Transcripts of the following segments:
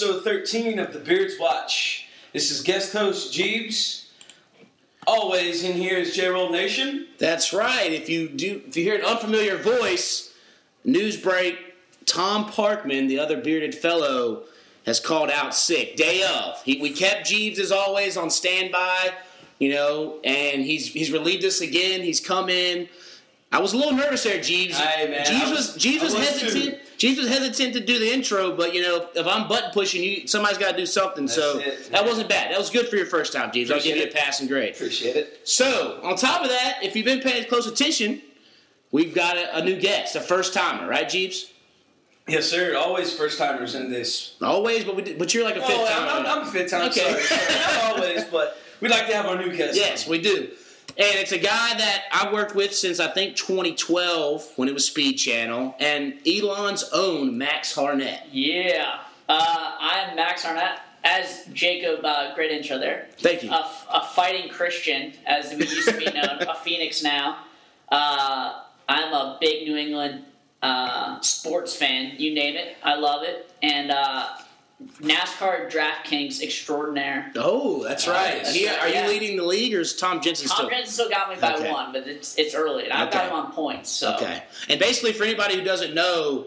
13 of the Beards Watch. This is guest host Jeebs. Always in here is J Roll Nation. That's right. If you do, if you hear an unfamiliar voice, news break. Tom Parkman, the other bearded fellow, has called out sick. Day of. He, we kept Jeeves as always on standby, you know, and he's he's relieved us again. He's come in. I was a little nervous there, Jeeves. Hey, man, Jeeves I was, was- Jeeves I was, was hesitant. too. Jeeves was hesitant to do the intro, but you know, if I'm button pushing you, somebody's got to do something. so it, that man. wasn't bad. That was good for your first time, Jeeves. I'll give Appreciate you a passing grade. Appreciate it. So, on top of that, if you've been paying close attention, we've got a, a new guest, a first timer, right, Jeeves? Yes, sir. Always first timers in this. Always, but we did, but you're like a fifth oh, timer. I'm, I'm, I'm a fifth time. Okay. Sorry. sorry. Not always, but we'd like to have our new guest. Yes, we do. And it's a guy that I worked with since I think 2012 when it was Speed Channel, and Elon's own Max Harnett. Yeah. Uh, I'm Max Arnett. As Jacob, uh, great intro there. Thank you. A, Uh, f- a fighting Christian, as we used to be known, a Phoenix now. Uh, I'm a big New England uh, sports fan. You name it, I love it. And uh, NASCAR DraftKings extraordinaire. Oh, that's right. Nice. Here- are Yeah. you leading the league, or is Tom Jensen Tom still? Jensen still got me by Okay. one, but it's it's early, and I've Okay. got him on points. So Okay. And basically, for anybody who doesn't know,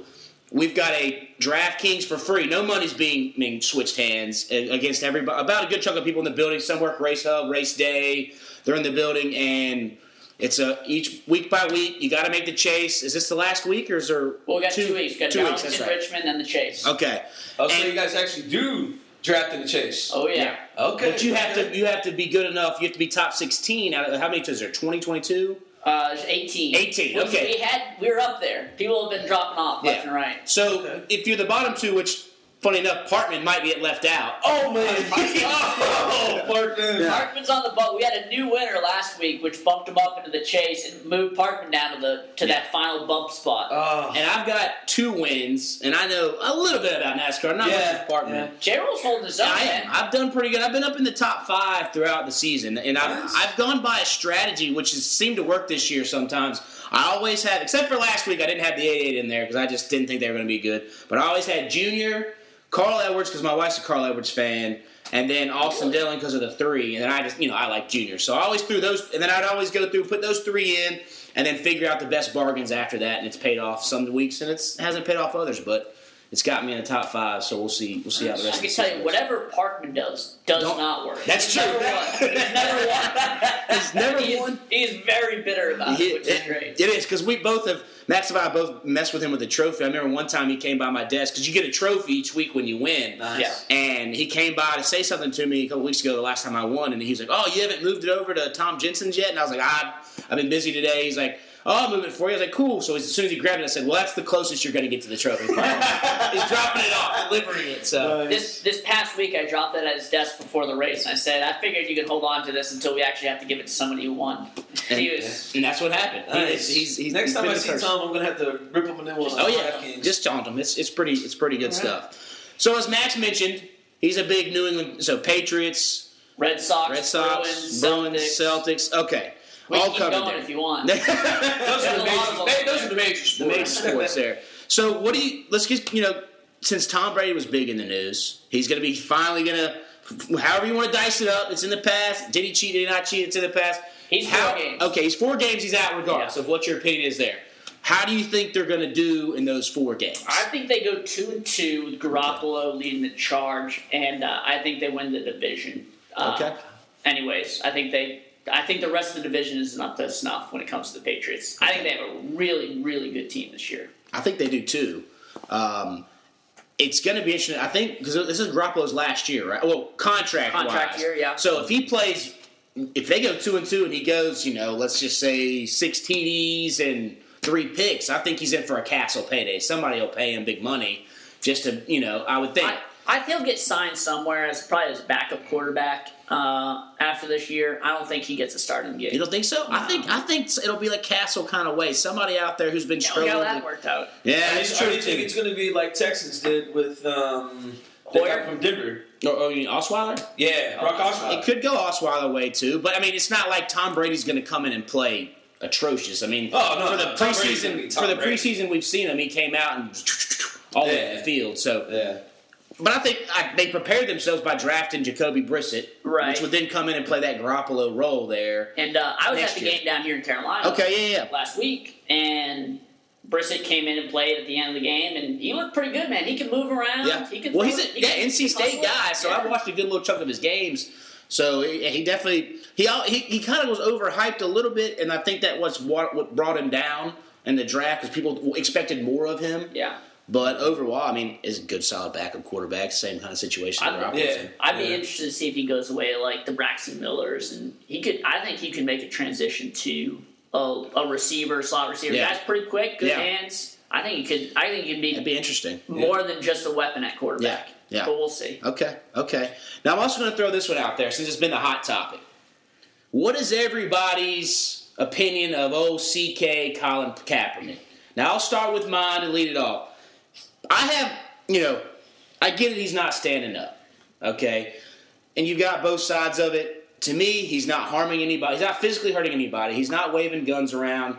we've got a DraftKings for free. No money's being being switched hands uh, against everybody. About a good chunk of people in the building. Some work race hub, race day. They're in the building, and it's a each week by week. You got to make the chase. Is this the last week, or is there? well, we got two, weeks. We got two weeks. Darlington, That's right. Richmond, and the Chase. Okay. Oh, so And- you guys actually do draft in the chase. Oh yeah. Yeah. Okay. But you have to you have to be good enough. You have to be top sixteen out of how many teams are there? 20, 22? Uh, it's 18. 18, Which okay. We had we were up there. People have been dropping off left Yeah. and right. So Okay. if you're the bottom two, which funny enough, Partman might be left out. Oh man. oh, Parkman. Parkman's on the boat. We had a new winner last week, which bumped him up into the chase and moved Parkman down to the to that final bump spot. Oh. And I've got two wins, and I know a little bit about NASCAR, not Yeah, much as Parkman. yeah. Gerald's holding his own. I man. am. I've done pretty good. I've been up in the top five throughout the season, and I've, Nice. I've gone by a strategy which has seemed to work this year. Sometimes I always had, except for last week, I didn't have the 88 in there because I just didn't think they were going to be good. But I always had Junior, Carl Edwards because my wife's a Carl Edwards fan, and then Austin Dillon because of the three. And then I just, you know, I like Junior, so I always threw those, and then I'd always go through, put those three in, and then figure out the best bargains after that. And it's paid off some weeks, and it's hasn't paid off others, but. It's got me in the top five, so we'll see. We'll see how the I rest. of can the tell season you, goes. whatever Parkman does, does Don't- not work. That's He's true. Never won. He's He's never won. never he is, won. He is very bitter about He- it, which is it- great. it is because we both have Max and I both messed with him with a trophy. I remember one time he came by my desk because you get a trophy each week when you win. Nice. Yeah. And he came by to say something to me a couple weeks ago, the last time I won, and he was like, "Oh, you haven't moved it over to Tom Jensen's yet?" And I was like, "I've I've been busy today." He's like. Oh, I'll move it for you. I was like, cool. So as soon as he grabbed it, I said, well, that's the closest you're going to get to the trophy. He's dropping it off, delivering it. So This this past week, I dropped that at his desk before the race, and I said, "I figured you could hold on to this until we actually have to give it to somebody who won." he was and that's what happened. He- Nice. he's, he's, Next he's time been I the see first. Tom, I'm gonna have to rip him a new one. Oh yeah, DraftKings. just taunt them. It's it's pretty it's pretty good All right. stuff. So as Max mentioned, he's a big New England. So Patriots, Red Sox, Red Sox, Bruins, Bruins, Celtics. Celtics. Okay, We can all keep covered going there. if you want. those, There's are a the lot of major, them. they- those are the major sports. The major sports there. So what do you? Let's get you know. Since Tom Brady was big in the news, he's going to be finally going to. However you want to dice it up, it's in the past. Did he cheat? Did he not cheat? It's in the past. He's four How, games. Okay, he's four games. He's out regardless Yeah. of what your opinion is there. How do you think they're going to do in those four games? I think they go two and two with Garoppolo leading the charge, and uh, I think they win the division. Uh, Okay. Anyways, I think they. I think the rest of the division is not to snuff when it comes to the Patriots. I think they have a really, really good team this year. I think they do too. Um, it's going to be interesting. I think because this is Garoppolo's last year, right? Well, contract Contract wise. year, yeah. So if he plays, if they go two and two, and he goes, you know, let's just say six TDs and three picks, I think he's in for a castle payday. Somebody will pay him big money just to, you know, I would think. I, I think he'll get signed somewhere as probably as backup quarterback uh, after this year. I don't think he gets a starting gig. you don't think so? I think I think it'll be like Castle kind of way. Somebody out there who's been Yeah, we struggling. got with- that worked out. yeah, I it's just I true. really think it's going to be like Texans did with um, the Hoyer? guy from Denver. Or, or Oh, you mean Osweiler? Yeah, Brock It Osweiler. could go Osweiler way too, but I mean, it's not like Tom Brady's going to come in and play atrocious. I mean, Oh, no, for the no, Tom Brady's gonna be preseason, Tom for the Brady. preseason we've seen him, he came out and all over the Yeah. field. So Yeah. But I think I, they prepared themselves by drafting Jacoby Brissett, Right. which would then come in and play that Garoppolo role there. And uh, I was Next at the year. game down here in Carolina Okay, yeah, yeah. last week, and Brissett came in and played at the end of the game, and he looked pretty good, man. He can move around. Yeah. He can well, throw he's it. a He yeah, can NC State hustle it. guy, so Yeah. I've watched a good little chunk of his games. So he, he definitely he al- he, he kind of was overhyped a little bit, and I think that was what, what brought him down in the draft because people expected more of him. Yeah. But overall, I mean, is a good solid backup quarterback. Same kind of situation. I- that Garoppolo's yeah. in. I'd be Yeah. interested to see if he goes away like the Braxton Millers, and he could. I think he could make a transition to a, a receiver, slot receiver. Yeah. That's pretty quick, good Yeah. hands. I think he could. I think he could be, That'd be interesting. more than just a weapon at quarterback. Yeah. Yeah. But we'll see. Okay, okay. Now I'm also going to throw this one out there since it's been a hot topic. What is everybody's opinion of OCK Colin Kaepernick? Now I'll start with mine and lead it off. I have, you know, I get it. He's not standing up. Okay, and you've got both sides of it. To me, he's not harming anybody. He's not physically hurting anybody. He's not waving guns around.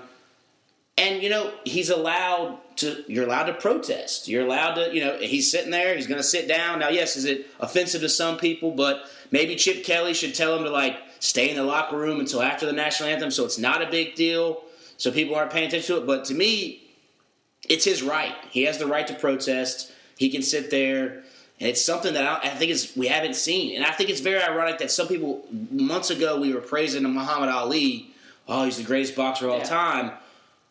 And you know, he's allowed to. You're allowed to protest. You're allowed to. You know, he's sitting there. He's going to sit down. Now, yes, is it offensive to some people? But maybe Chip Kelly should tell him to like stay in the locker room until after the national anthem, so it's not a big deal, so people aren't paying attention to it. But to me, it's his right. He has the right to protest. He can sit there. And it's something that I, I think is we haven't seen. And I think it's very ironic that some people months ago we were praising Muhammad Ali. Oh, he's the greatest boxer of all Yeah. time.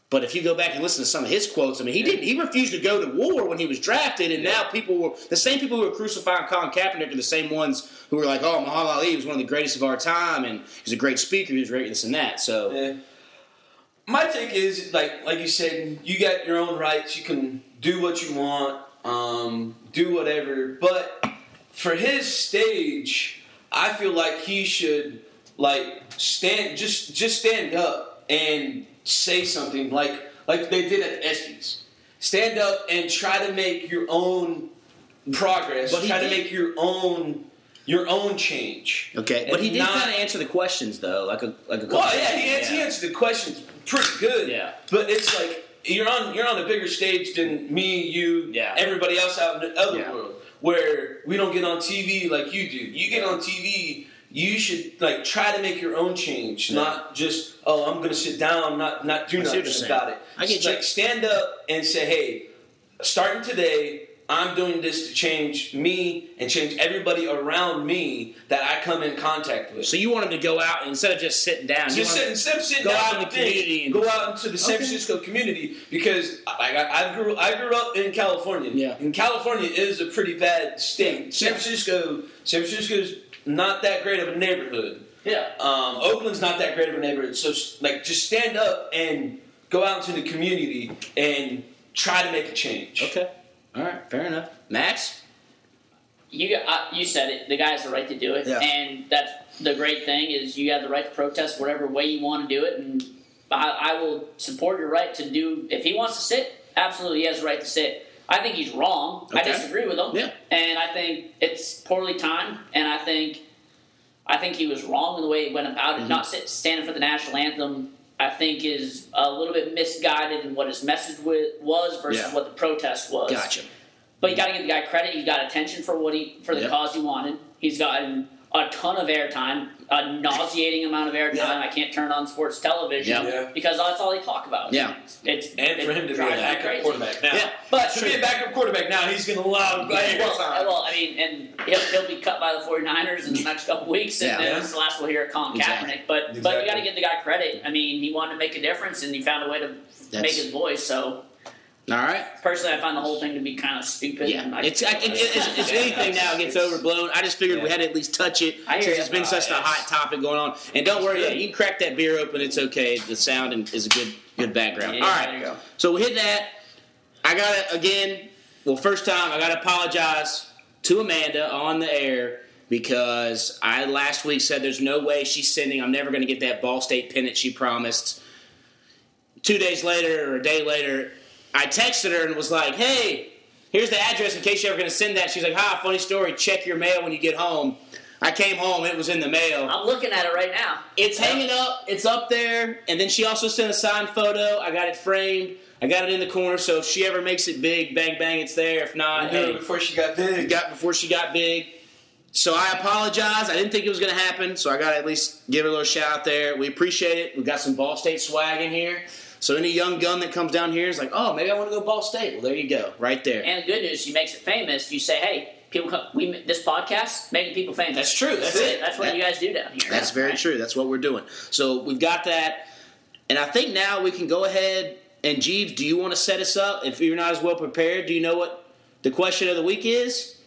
But if you go back and listen to some of his quotes, I mean, he did he refused to go to war when he was drafted, and now people were the same people who were crucifying Colin Kaepernick are the same ones who were like, "Oh, Muhammad Ali was one of the greatest of our time, and he's a great speaker, he was great this and that." So Yeah. My take is like like you said, you got your own rights. You can do what you want, um, do whatever. But for his stage, I feel like he should like stand just just stand up and say something like like they did at ESPYS. Stand up and try to make your own progress. But he try to did. make your own your own change. okay, but And he did not- kind of answer the questions though, like a like a. well, yeah, he answered, he answered the questions pretty good. Yeah. but it's like you're on you're on a bigger stage than me, you, Yeah. everybody else out in the other Yeah. world, where we don't get on TV like you do. You get on TV, you should like try to make your own change, Yeah. not just oh, I'm gonna sit down, not not do I see what nothing you're saying. about it. I get Just, you. like stand up and say, hey, starting today. I'm doing this to change me and change everybody around me that I come in contact with. So you want him to go out instead of just sitting down. you Just want sit, him- instead of sitting go down out in and the think, community and- go out into the San Okay. Francisco community because like I, I grew I grew up in California. Yeah. And California is a pretty bad state. San Yeah. Francisco San Francisco's not that great of a neighborhood. Yeah. Um, Oakland's not that great of a neighborhood. So like just stand up and go out into the community and try to make a change. okay, all right, fair enough. Max, You got, uh, you said it. The guy has the right to do it, Yeah. and that's the great thing is you have the right to protest whatever way you want to do it, and I, I will support your right to do. If he wants to sit, absolutely, he has the right to sit. I think he's wrong. I Okay. disagree with him, Yeah. and I think it's poorly timed, and I think I think he was wrong in the way he went about it. Mm-hmm. Not sit, standing for the national anthem, I think, is a little bit misguided in what his message wi- was versus Yeah. what the protest was. gotcha. But you got to give the guy credit. He got attention for what he for the Yep. cause he wanted. He's gotten a ton of airtime, a nauseating amount of airtime. Yeah. I can't turn on sports television Yeah. Yeah. because that's all they talk about. Yeah. it's And for it him to be a drives me backup crazy. quarterback now. Yeah, But to be a backup quarterback now, he's gonna love Well, well, I mean, and he'll, he'll be cut by the 49ers in the next couple weeks, and Yeah. then that's the last we'll hear of Colin Exactly. Kaepernick. But but you Exactly. got to give the guy credit. I mean, he wanted to make a difference, and he found a way to make That's- his voice. So All right. personally, I find the whole thing to be kind of stupid. Yeah, and I- it's, I, it, it's, it's anything now gets overblown. I just figured we Yeah. had to at least touch it I hear Oh, since you. it's been Uh, such a yes. hot topic going on. And don't worry, good. yeah, you can crack that beer open. It's okay. The sound and- is a good good background. Yeah, All there right, you go. so we hit that. I gotta again. Well, first time I gotta apologize to Amanda on the air because I last week said there's no way she's sending. I'm never gonna get that Ball State pennant she promised two days later or a day later, I texted her and was like, hey, here's the address in case you're ever going to send that. She's like, ha, funny story. Check your mail when you get home. I came home, it was in the mail. I'm looking at it right now. It's hanging up, it's up there. And then she also sent a signed photo. I got it framed. I got it in the corner, so if she ever makes it big, bang bang, it's there. If I not, knew hey, it before she got it big. got before she got big. So I apologize. I didn't think it was going to happen. So I got to at least give her a little shout out there. We appreciate it. We got some Ball State swag in here. So any young gun that comes down here is like, oh, maybe I want to go Ball State. Well, there you go, right there. And the good news, she makes it famous. You say, hey, people, come, we this podcast making people famous. That's true. That's it. That's what That- you guys do down here. That's very Right. true. That's what we're doing. So we've got that, and I think now we can go ahead and Jeeves. Do you want to set us up? If you're not as well prepared, do you know what the question of the week is?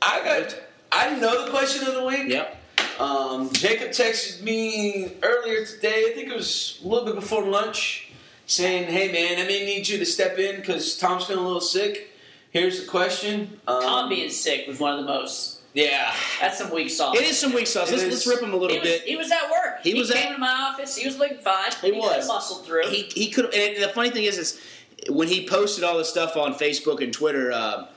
I got. I know the question of the week. Yep. Um, Jacob texted me earlier today. I think it was a little bit before lunch, saying, "Hey man, I may need you to step in because Tom's feeling a little sick. Here's the question." Um, Tom being sick was one of the most. yeah, That's some weak sauce. It is some weak sauce. It Let's, is. let's rip him a little He was, bit. he was at work. He was came at- to my office. He was looking fine. He could was. muscled through. he he could. And the funny thing is, is when he posted all this stuff on Facebook and Twitter, um,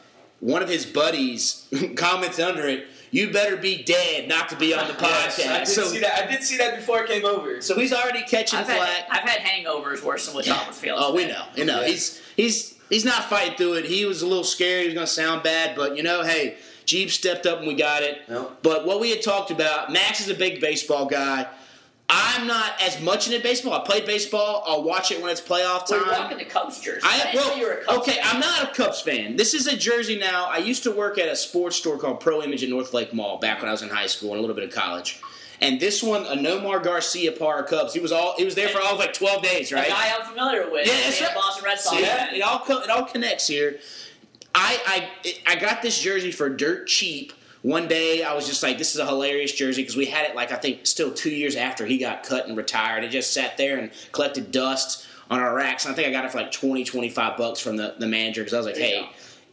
one of his buddies comments under it, "You better be dead not to be on the podcast." Yes, I did so, see that. I did see that before I came over. so he's already catching I've flack. had, I've had hangovers worse than what Tom was feeling. Oh, we know, we know. Yeah. He's he's he's not fighting through it. He was a little scared. He was going to sound bad, but you know, hey, Jeep stepped up and we got it. Yep. But what we had talked about, Max is a big baseball guy. I'm not as much into baseball. I play baseball. I'll watch it when it's playoff We're time. walking the Cubs jersey. I, I didn't know well, you were a Cubs okay. fan. I'm not a Cubs fan. This is a jersey now. I used to work at a sports store called Pro Image in North Lake Mall back when I was in high school and a little bit of college. And this one, a Nomar Garcia par of Cubs. He was all. He was there for all of like 12 days, A right? guy I'm familiar with. Yeah, that's being a right. Boston Red Sox See, fan. it all co- it all connects here. I I I got this jersey for dirt cheap. One day I was just like, this is a hilarious jersey because we had it like I think still two years after he got cut and retired. It just sat there and collected dust on our racks. And I think I got it for like 20, 25 bucks from the, the manager because I was like, There you hey. go.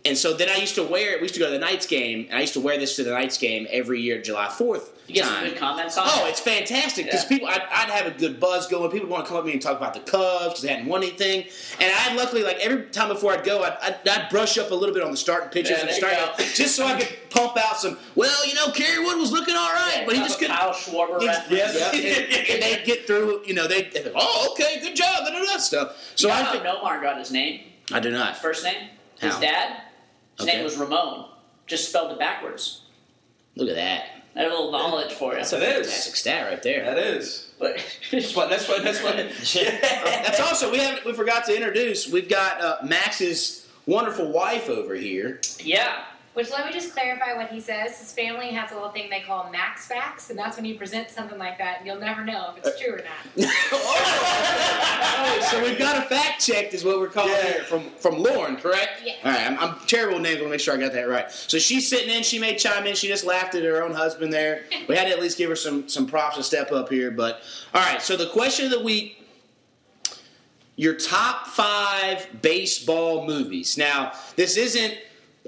And so then I used to wear it. We used to go to the Knights game, and I used to wear this to the Knights game every year, July 4th. You get some time. good comments on Oh, it? it's fantastic because Yeah. people, I'd, I'd have a good buzz going. People would want to come up to me and talk about the Cubs because they hadn't won anything. And I luckily, like every time before I'd go, I'd, I'd, I'd brush up a little bit on the starting pitchers Yeah, and there starting you go. out, just so I could pump out some. Well, you know, Kerry Wood was looking all right, but he Have just a couldn't. Kyle Schwarber Ex- reference. Yes. Yep. and they get through. You know, they they'd be, oh okay, good job, and all that stuff. So So I I think, know Nomar got his name. I do not. First name? His How? dad? His Okay. name was Ramon. Just spelled it backwards. Look at that, I have a little knowledge for you. That's it is. classic stat right there. That is. But That's why. That's why. That's why. That's also we haven't we forgot to introduce. We've got uh, Max's wonderful wife over here. yeah. Which let me just clarify what he says. His family has a little thing they call Max Facts, and that's when you present something like that, and you'll never know if it's Uh, true or not. Oh, so we've got a fact checked, is what we're calling Yeah. here from from Lauren, correct? Yeah. All right, I'm, I'm terrible with names. Let me make sure I got that right. So she's sitting in. She may chime in. She just laughed at her own husband there. We had to at least give her some some props to step up here. But all right, so the question of the week: your top five baseball movies. Now, this isn't.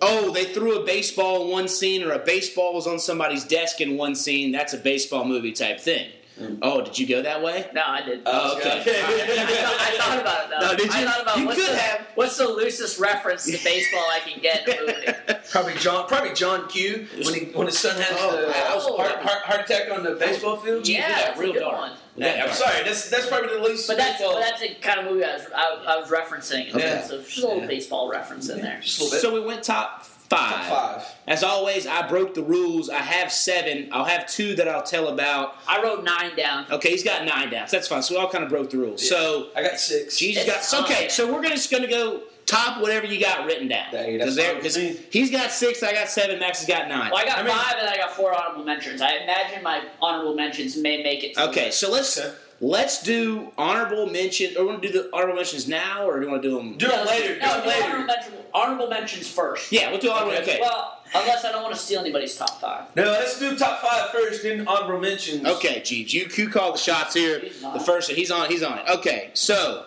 Oh, they threw a baseball in one scene, or a baseball was on somebody's desk in one scene. That's a baseball movie type thing. Mm. Oh, did you go that way? No, I didn't. Oh, okay. I, thought, I thought about it though. No, did I you? thought about You what's could the, have. what's the loosest reference to baseball I can get in a movie. Probably John. Probably John Q. When he, when his son has Oh, the that was- heart, heart, heart attack on the baseball field. yeah, got that's a real good dark. one. Yeah, I'm sorry. That's that's probably the least. But that's baseball- but that's the kind of movie I was I, I was referencing. in Okay. terms of- There's a little Yeah. baseball reference in there. just a little bit. So we went top five. Top five. As always, I broke the rules. I have seven. I'll have two that I'll tell about. I wrote nine down. Okay, he's got nine downs. That's fine. So we all kind of broke the rules. Yeah. So I got six. Jesus It's got okay. fine. So we're gonna, just going to go top whatever you got written down. Hey, that's there- fine with me. he's got six. I got seven. Max has got nine. Well, I got I mean- five and I got four honorable mentions. I imagine my honorable mentions may make it. To Okay, so let's Okay. let's do honorable mention. Or want to do the honorable mentions now, or do you want to do them? Do it later. do No, it do Honorable, later. mention, honorable mentions first. Yeah, we'll do honorable. Okay. Well, unless I don't want to steal anybody's top five. No, let's do top five first, then honorable mentions. Okay, Jeeves, you, you call the shots here. He's on The it. first, he's on, he's on it. Okay, so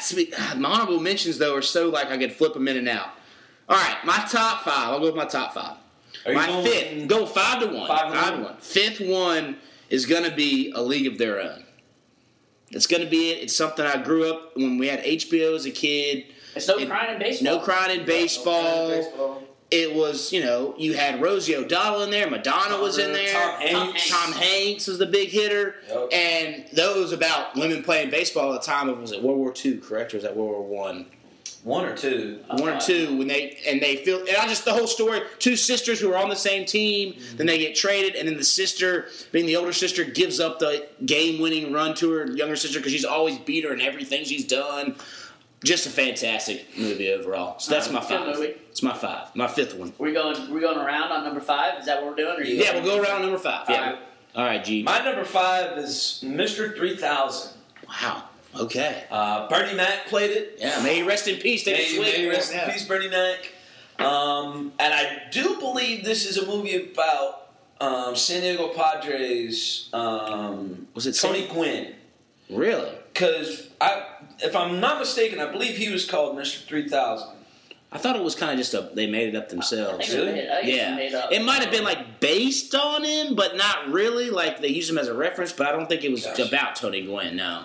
speak- my honorable mentions though are so like I could flip them in and out. All right, my top five. I'll go with my top five. Are you my going- fifth, go five to one. Five to to one? one. Fifth one is gonna be a league of their own. It's gonna be it. It's something I grew up when we had HBO as a kid. It's no And crying in baseball. No crying in baseball. Baseball. it was, you know, you had Rosie O'Donnell in there, Madonna was in there, Tom Hanks. Tom Hanks was the big hitter, Yep. and that was about women playing baseball at the time of was it World War II, correct, or was that World War One? One or two. one or Uh, two when they and they feel and I just the whole story. Two sisters who are on the same team, Mm-hmm. then they get traded, and then the sister, being the older sister, gives up the game-winning run to her younger sister because she's always beat her in everything she's done. Just a fantastic movie overall. So that's Uh, my good five. movie. It's my five. My fifth one. We're going. We're going around on number five. Is that what we're doing? Or you Yeah, we'll go around number five. All yeah. right. All right, G. My number five is Mr. 3000. Wow. Okay. Uh, Bernie Mac played it. Yeah. May he rest in peace. Take a May, swig. may rest Yeah. in peace, Bernie Mac. Um, and I do believe this is a movie about um, San Diego Padres. Um, Was it Tony Gwynn? Really? Because I, if I'm not mistaken, I believe he was called Mr. 3000. I thought it was kind of just a. They made it up I think themselves. it's Really? made- I think it's Yeah, made up. it might have been like based on him, but not really. Like they used him as a reference, but I don't think it was Gotcha. about Tony Gwynn. No,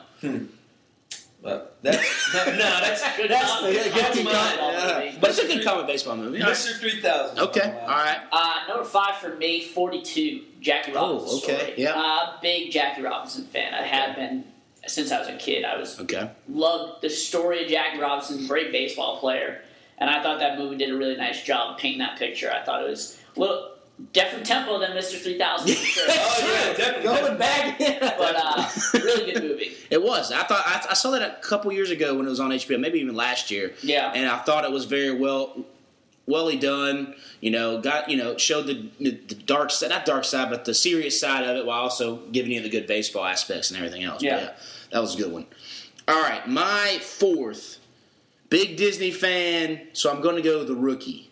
But that's no, no, that's Good that's comment. yeah, Good good comment. comment. Yeah. but it's a good comic baseball movie. All right. Mr. 3000. Okay, all right. Uh, number five for me, 42, Jackie Oh, Robinson. okay, story. yeah. Uh, big Jackie Robinson fan. I have been since I was a kid. I was Okay, loved the story of Jackie Robinson, great baseball player. And I thought that movie did a really nice job of painting that picture. I thought it was a little different tempo than Mr. 3000 for sure. Oh yeah, definitely. back. but uh, really good movie. it was. I thought I, I saw that a couple years ago when it was on HBO, maybe even last year. Yeah. and I thought it was very well, welly done. You know, got you know showed the, the, the dark side, not dark side, but the serious side of it, while also giving you the good baseball aspects and everything else. But Yeah. that was a good one. All right, my fourth big Disney fan, so I'm going to go the rookie.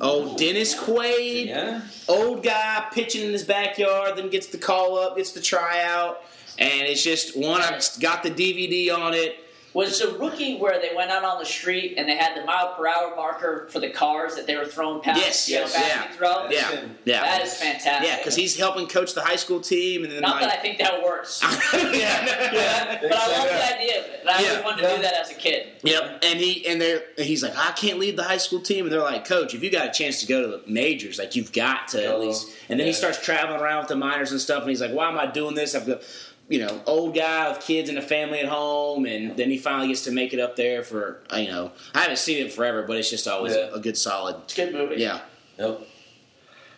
Oh, Dennis Quaid Yeah. old guy pitching in his backyard, then gets the call up, gets the tryout, and it's just one. I got the DVD on it. Was the rookie where they went out on the street and they had the mile per hour marker for the cars that they were throwing past? Yes, you know, yes, back yeah, and throw? That's yeah, him. yeah, That is fantastic. yeah, because he's helping coach the high school team, and then Not that I like, think that works. yeah, yeah, but I love the idea of it. And I Yeah. always wanted to Yeah. do that as a kid. yep. And he and they're and he's like, I can't leave the high school team, and they're like, Coach, if you got a chance to go to the majors, like you've got to at Oh, least. And then he yeah. starts traveling around with the minors and stuff, and he's like, Why am I doing this? I've got. You know, old guy with kids and a family at home, and then he finally gets to make it up there for uh, you know. I haven't seen it forever, but it's just always Yeah. a, a good solid. It's a good movie. Yeah, Yep.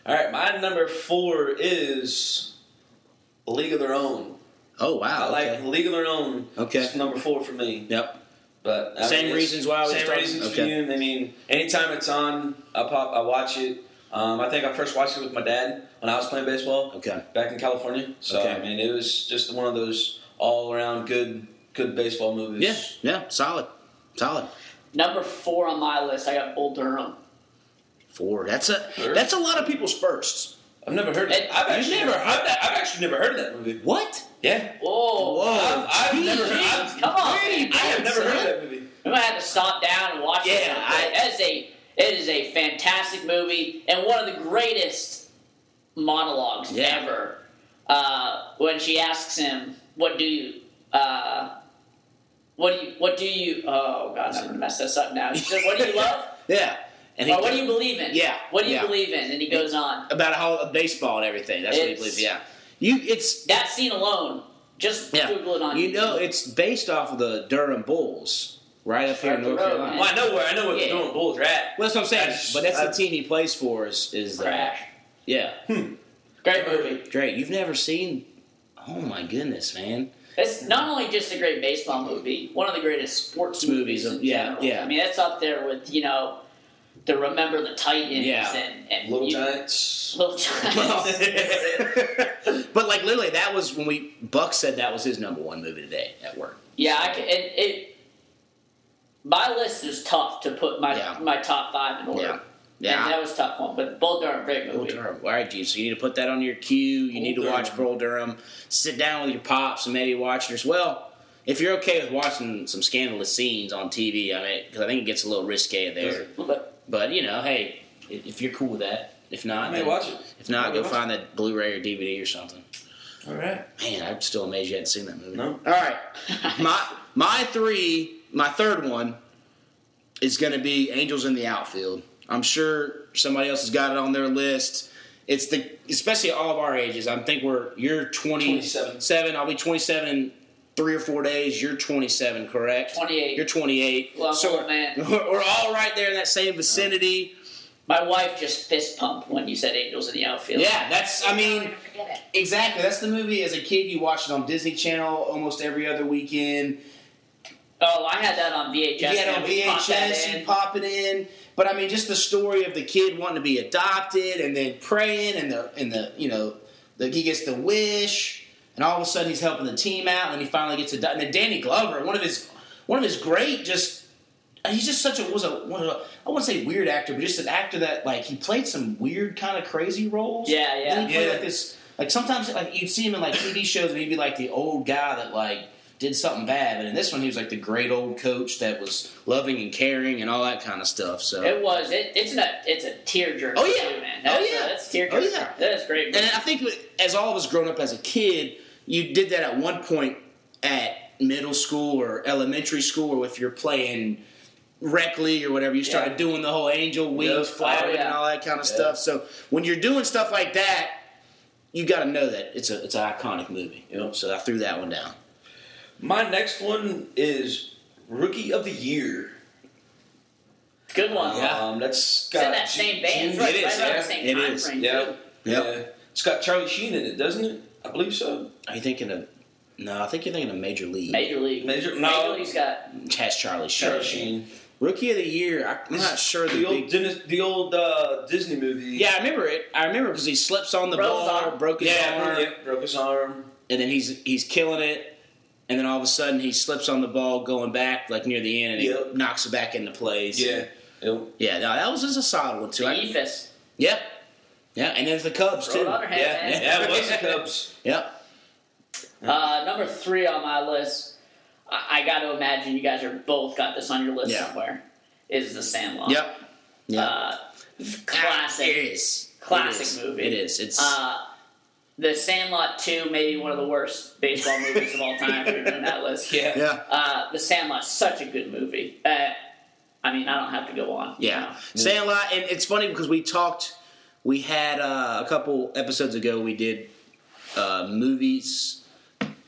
All right, my number four is League of Their Own. Oh I wow. like okay. League of Their Own. Okay. It's number four for me. Yep. But I mean, Same it's- reasons why I was same talking- reasons for okay. you. I mean, anytime it's on, I pop, I watch it. Um, I think I first watched it with my dad when I was playing baseball Okay. back in California. So Okay. I mean, it was just one of those all around good, good baseball movies. Yeah. Yeah. Solid. Solid. Number four on my list, I got Bull Durham. Four. That's a Sure. that's a lot of people's firsts. I've never heard. Of And it. I've you've actually never I've, I've actually never heard of that movie. What? Yeah. Whoa. Whoa. I've, I've never. Jeez, I've, come on. where you man. I have never son? heard of that movie. We might have to stop down and watch it. Yeah, I- that is a it is a fantastic movie and one of the greatest monologues Yeah. ever. Uh, when she asks him, "What do you?" Uh, what do you? What do you? Oh God, I'm gonna mess this up now. She said, "What do you love? Yeah. And he, or what do you believe in? Yeah, What do you yeah. believe in?" And he goes on. about how baseball and everything. That's what he It's- believes. Yeah. You it's That scene alone, just yeah. Google it on. You know YouTube. it's based off of the Durham Bulls, right up here in Right up the North road, Carolina. Well, I know where I know where Yeah. the Durham Bulls are at. Well, that's what I'm saying. That's- but that's the that's- team he plays for. Is is the Crash. yeah. Great movie. Drake, you've never seen. Oh my goodness, man. It's not only just a great baseball movie, one of the greatest sports Movies, movies. in yeah, general. yeah. I mean, that's up there with you know the Remember the Titans Yeah. and, and Little you- Giants. Little Giants. but like literally, that was when we Buck said that was his number one movie today at work. yeah, I can, it, it. My list is tough to put my Yeah. my top five in order. Yeah. And Yeah. that was a tough one, but Bull Durham, great movie. Bull Durham. All right, G. So you need to put that on your queue. You need to Bull watch Durham. Bull Durham. Sit down with your pops and maybe watch yours. Well, if you're okay with watching some scandalous scenes on TV, I mean, because I think it gets a little risque there. But But you know, hey, i- if you're cool with that, if not, I may then- watch it. If not, I may go watch find that Blu-ray or DVD or something. All right. Man, I'm still amazed you hadn't seen that movie. No. All right, my my three, my third one is going to be Angels in the Outfield. I'm sure somebody else has got it on their list. It's the especially all of our ages. I think we're you're 27. 27. I'll be 27 in three or four days. You're 27, correct? 28. You're 28. Well, I'm so old man. We're, we're all right there in that same vicinity. My wife just fist pumped when you said Angels in the Outfield. Yeah, that's. I mean, forget it. exactly. That's the movie. As a kid, you watched it on Disney Channel almost every other weekend. Oh, I had that on VHS. you get man. on We popped that VHS, in. you pop it in. But I mean, just the story of the kid wanting to be adopted and then praying, and the and the you know, the, he gets the wish, and all of a sudden he's helping the team out, and he finally gets adopted. And then Danny Glover, one of his one of his great, just he's just such a was a, one of a I wouldn't say weird actor, but just an actor that like he played some weird kind of crazy roles. Yeah, yeah. And he played Yeah. like this. Like sometimes, like you'd see him in like TV shows, and he'd be like the old guy that like did something bad. But in this one, he was like the great old coach that was loving and caring and all that kind of stuff. So, It was. It, it's not. It's a tearjerker. Oh, yeah. too, man. Oh, That's, uh, yeah. That's tearjerker. Oh, yeah. That is great. and I think as all of us growing up as a kid, you did that at one point at middle school or elementary school, or if you're playing rec league or whatever, you started Yeah. doing the whole angel wings Yeah. flapping Oh, yeah. and all that kind of Yeah. stuff. So when you're doing stuff like that, you got to know that it's a it's an iconic movie. You know, so I threw that one down. My next one is Rookie of the Year. Good one. Um, that's It's Scott. in that same Jun- band. It's right, It right is, around yeah. the same It time is. frame, Yeah. too. Yep. Yeah. It's got Charlie Sheen in it, doesn't it? I believe so. Are you thinking of? No, I think you're thinking of Major League. Major League. Major- Major no. League's got. Has Charlie Sheen. Charlie Sheen. Rookie of the Year. I- I'm not sure the, The old big. Dennis, the old uh, Disney movie. Yeah, I remember it. I remember because he slips on the Broke his ball, arm. broke his Yeah, arm, yeah, broke his arm. and then he's he's killing it. And then all of a sudden he slips on the ball going back like near the end, and Yep. he knocks it back into place. Yeah, Yep. yeah. No, that was just a solid one too. The I- Ephes. yep, yeah, and there's the Cubs Throw it too. on her head, yeah, man. yeah. It was the Cubs. Yep. Hmm. Uh, number three on my list. I, I got to imagine you guys are both got this on your list Yeah. somewhere. Is The Sandlot. Yep. Yep. Uh, classic. It is. It Classic is. movie. It is. It's. Uh, the Sandlot 2 may be one of the worst baseball movies of all time if you're doing that list. Yeah. yeah. Uh, the Sandlot's such a good movie. Uh, I mean, I don't have to go on. you Yeah, know. Sandlot, and it's funny because we talked. We had uh, a couple episodes ago. We did uh, movies,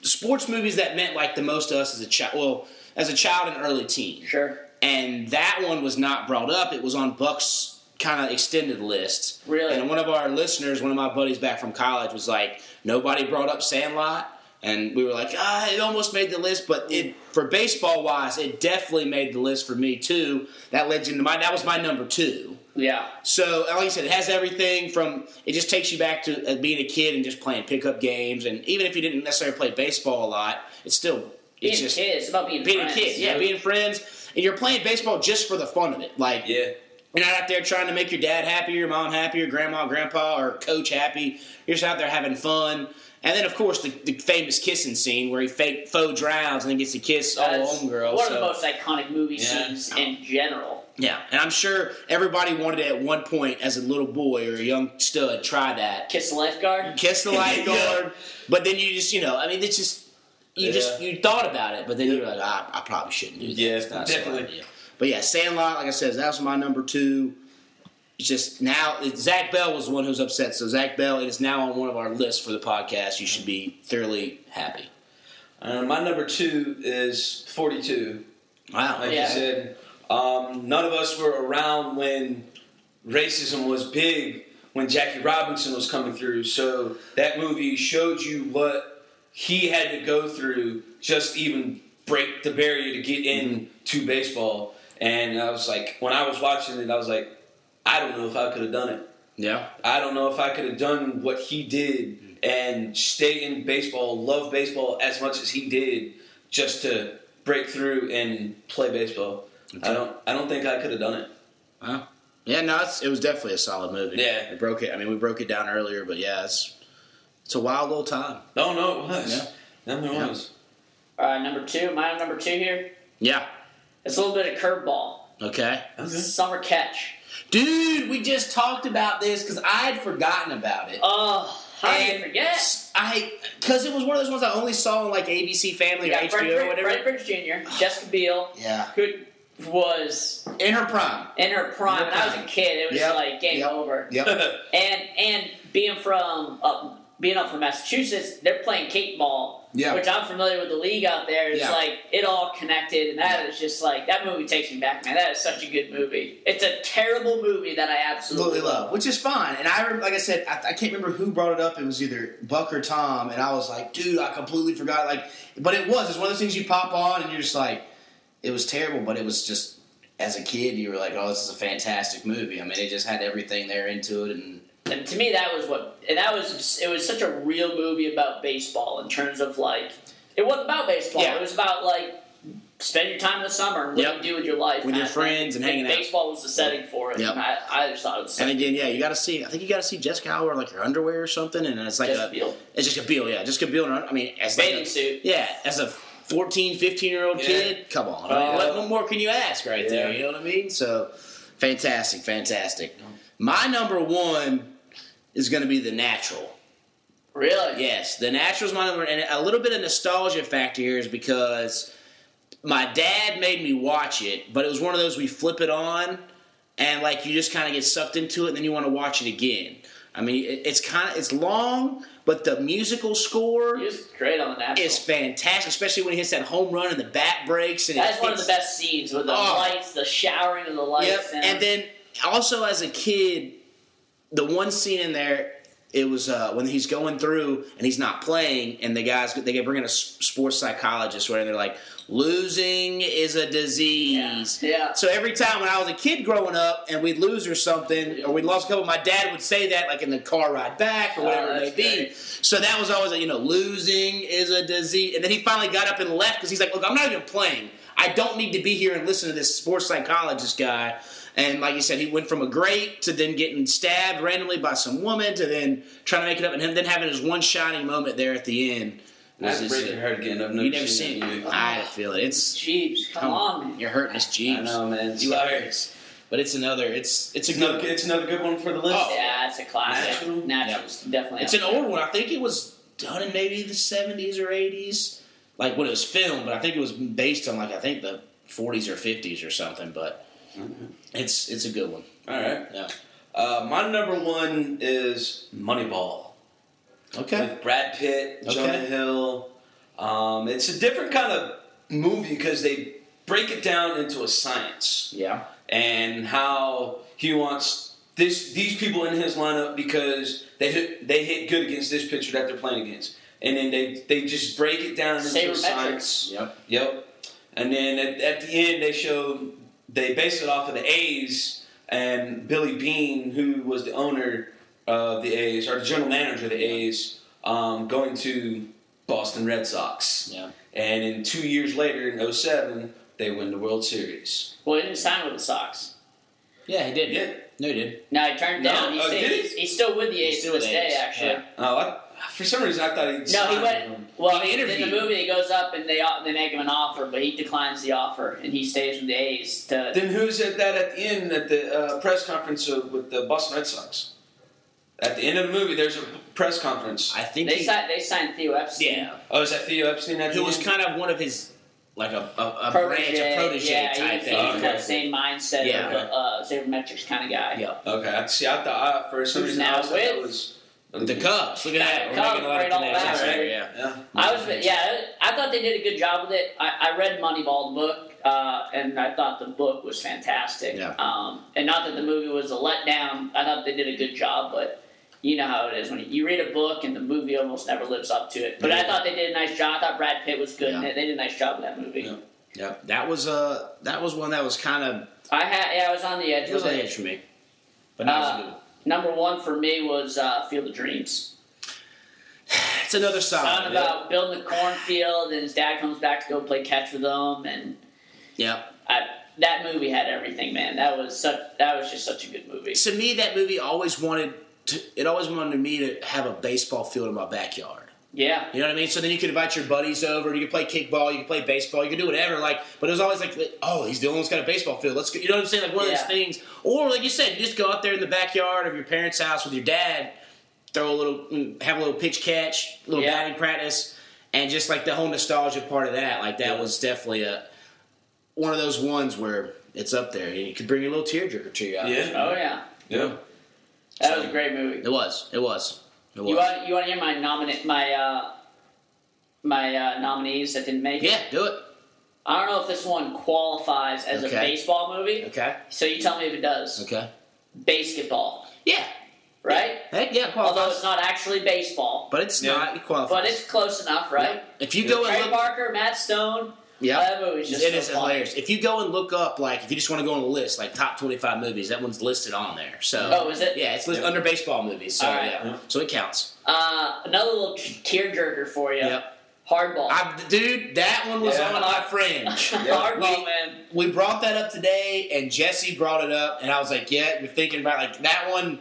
sports movies that meant like the most to us as a child. Well, as a child and early teen, Sure. and that one was not brought up. It was on Buck's kind of extended list. Really? And one of our listeners, one of my buddies back from college, was like, nobody brought up Sandlot. And we were like, ah, it almost made the list, but it for baseball wise, it definitely made the list for me too. That led into my that was my number two. Yeah. So, like I said, it has everything from it just takes you back to uh, being a kid and just playing pickup games, and even if you didn't necessarily play baseball a lot, it's still Being it's just a kid. It's about being, being friends. a kid, yeah, being friends, and you're playing baseball just for the fun of it. Like Yeah. you're not out there trying to make your dad happy, your mom happy, your grandma, grandpa, or coach happy. You're just out there having fun. And then, of course, the, the famous kissing scene where he fake faux drowns and then gets to kiss all That's homegirls. One so. of the most iconic movie Yeah. scenes in general. Yeah, and I'm sure everybody wanted to at one point as a little boy or a young stud try that. Kiss the lifeguard. Kiss the Yeah. lifeguard, but then you just you know I mean it's just you just you thought about it, but then you're like "Ah, I, I probably shouldn't do that. Yeah, It's not a definitely. smart idea. But yeah, Sandlot, like I said, that was my number two. It's just now it- Zach Bell was the one who's upset, so Zach Bell it is now on one of our lists for the podcast. You should be thoroughly happy. Uh, my number two is 42. Wow. Like Yeah. you said, um, none of us were around when racism was big, when Jackie Robinson was coming through. So that movie showed you what he had to go through just to even break the barrier to get into baseball. And I was like, when I was watching it, I was like, I don't know if I could have done it. Yeah. I don't know if I could have done what he did and stay in baseball, love baseball as much as he did, just to break through and play baseball. I don't. I don't think I could have done it. Wow. Yeah, no, it's, it was definitely a solid movie. Yeah. we broke it. I mean, we broke it down earlier, but yeah, it's it's a wild old time. No, no, it was. Yeah. No, it Yeah. was. All right, uh, number two. My number two here. Yeah. It's a little bit of curveball. Okay. Summer catch. Dude, we just talked about this because I had forgotten about it. Oh, how do you And forget? s- I because it was one of those ones I only saw on like ABC Family You or got HBO Fred, or Fred, whatever. Fred Bridge Jr., Jessica Biel, Yeah. who was in her prime. in her prime. When I was a kid, it was Yep. like game Yep. over. Yep. And and being from up, being up from Massachusetts, they're playing cake ball, Yeah. which I'm familiar with the league out there. It's Yeah. like it all connected, and that is just like that movie takes me back, man. That is such a good movie. It's a terrible movie that I absolutely absolutely love, which is fine. And I, rem- like I said, I, I can't remember who brought it up. It was either Buck or Tom, and I was like, dude, I completely forgot. Like, but it was. It's one of those things you pop on, and you're just like, it was terrible, but it was just as a kid, you were like, oh, this is a fantastic movie. I mean, it just had everything there into it, and And to me, that was what, and that was it was such a real movie about baseball in terms of like it wasn't about baseball. Yeah. It was about like spend your time in the summer and what Yep. you do with your life With your kind of thing. friends and hanging out. Baseball was the setting for it. Yep. And I, I just thought it was And again, yeah, you got to see. I think you got to see Jessica Alba in, like her underwear or something, and it's like Jessica a Biel. it's just a Biel, yeah, just a Biel. in her- I mean, as like bathing a, suit. yeah, as a 14, 15 year old Yeah. kid, come Oh, on, I mean, what, what more can you ask, right there? Yeah. You know what I mean? So, fantastic, fantastic. My number one is going to be The Natural. Really? Yes, The Natural's my number, and a little bit of nostalgia factor here is because my dad made me watch it, but it was one of those we flip it on, and like you just kind of get sucked into it, and then you want to watch it again. I mean, it, it's kind of it's long, but the musical score He was great on the natural. is fantastic, especially when he hits that home run and the bat breaks, and That's it one of the hits- best scenes with the Oh. lights, the showering of the lights, Yep. And then also as a kid, the one scene in there, it was uh, when he's going through and he's not playing, and the guys they bring in a s- sports psychologist where they're like, losing is a disease. Yeah. Yeah. So every time when I was a kid growing up and we'd lose or something, or we'd lost a couple, my dad would say that like in the car ride back or Oh, whatever it may that's be. great. So that was always, like, you know, losing is a disease. And then he finally got up and left because he's like, look, I'm not even playing. I don't need to be here and listen to this sports psychologist guy. And like you said, he went from a great to then getting stabbed randomly by some woman to then trying to make it up and him then having his one shining moment there at the end. That's Was breaking just, her again. I've never, you never seen that it. movie. I feel it. It's Jeeps, come, Come on, man. you're hurting his I jeeps. know, man. You Sorry. are. But it's another. It's it's a It's good. another, it's another good one for the list. Oh. yeah, it's a classic. Natural? Natural's definitely. It's up an there. old one. I think it was done in maybe the seventies or eighties, like when it was filmed. But I think it was based on like I think the forties or fifties or something. But Mm-hmm. it's it's a good one. All right. Yeah. Uh, my number one is Moneyball. with Brad Pitt, Okay. Jonah Hill. Um, it's a different kind of movie because they break it down into a science Yeah. and how he wants this these people in his lineup because they hit, they hit good against this pitcher that they're playing against, and then they they just break it down into a Sabermetrics. science. Yep. Yep. And then at, at the end, they show they base it off of the A's and Billy Bean, who was the owner of the A's or the general manager of the A's, um, going to Boston Red Sox. Yeah. And then two years later, in 07, they win the World Series. Well, he didn't sign with the Sox. Yeah, he did. Yeah. No, he did. No, he turned No, down. He's, oh, stayed- did he? he's, he's still with the A's to still this with the A's, day, actually. yeah. Oh, I, for some reason, I thought he. No, he went. Well, He in the interviewed. movie, he goes up and they they make him an offer, but he declines the offer and he stays with the A's. To Then who's at that at the end at the uh, press conference of, with the Boston Red Sox? At the end of the movie, there's a press conference. I think. they he, signed they signed Theo Epstein. yeah. Oh, is that Theo Epstein? At Who the was end? kind of one of his like a a, a Protege, branch, a protege yeah, he type was- thing. He was Okay. that same mindset Yeah. of a uh, sabermetrics kind of guy. Yeah. Okay, I see. I thought I, for some Who's reason I now was like, that with? was The Cubs. Look at that. We're Cubs, making a lot right of on connections that, there. right? Yeah. Yeah. I was, yeah, I thought they did a good job with it. I, I read Moneyball the book, uh, and I thought the book was fantastic. Yeah. Um, and not that the movie was a letdown. I thought they did a good job, but you know how it is when you read a book and the movie almost never lives up to it. But I Yeah. thought they did a nice job. I thought Brad Pitt was good. in Yeah. it. They did a nice job with that movie. Yeah. Yep. That was uh that was one that was kind of I had, yeah, I was on the edge. it was with on it. Uh, the edge for me. But now it's a good one. Number one for me was uh, Field of Dreams. It's another Talking solid. about building the cornfield, and his dad comes back to go play catch with him, and Yeah. I, that movie had everything, man. That was such. That was just such a good movie. To me, that movie always wanted to, it always wanted me to have a baseball field in my backyard. Yeah, You know what I mean? So then you could invite your buddies over. You could play kickball. You could play baseball. You could do whatever. Like, but it was always like, like, oh, he's the only one's got a baseball field. Let's go. You know what I'm saying? Like one of Yeah. those things. Or like you said, you just go out there in the backyard of your parents' house with your dad. Throw a little, mm, have a little pitch catch, little Yeah. batting practice, and just like the whole nostalgia part of that. Like that Yeah. was definitely a one of those ones where it's up there, and you could bring a little tearjerker to your eyes. Yeah. Oh yeah, Yeah. that was a great movie. It was. It was. It was. You want you want to hear my nominate my uh, my uh, nominees that didn't make it? yeah, do it. I don't know if this one qualifies as Okay. a baseball movie. Okay. So you tell me if it does. Okay. Basketball, Yeah. right? Heck yeah. Although Qualifies. it's not actually baseball, But it's Yeah. not. It qualifies. but it's close enough, right? If you go Trey and look, Parker, Matt Stone. yeah, That movie's just it so is fun. hilarious. If you go and look up, like, if you just want to go on a list, like top twenty-five movies, that one's listed on there. So, Oh, is it? yeah, it's listed Yeah. under baseball movies. So, All right. yeah. Yeah. so it counts. Uh, another little tear jerker for you. Yep. Hardball. I, dude, that one was Yeah. on my fringe. Hardball, We- man. we brought that up today, and Jesse brought it up, and I was like, "Yeah, you're thinking about like that one."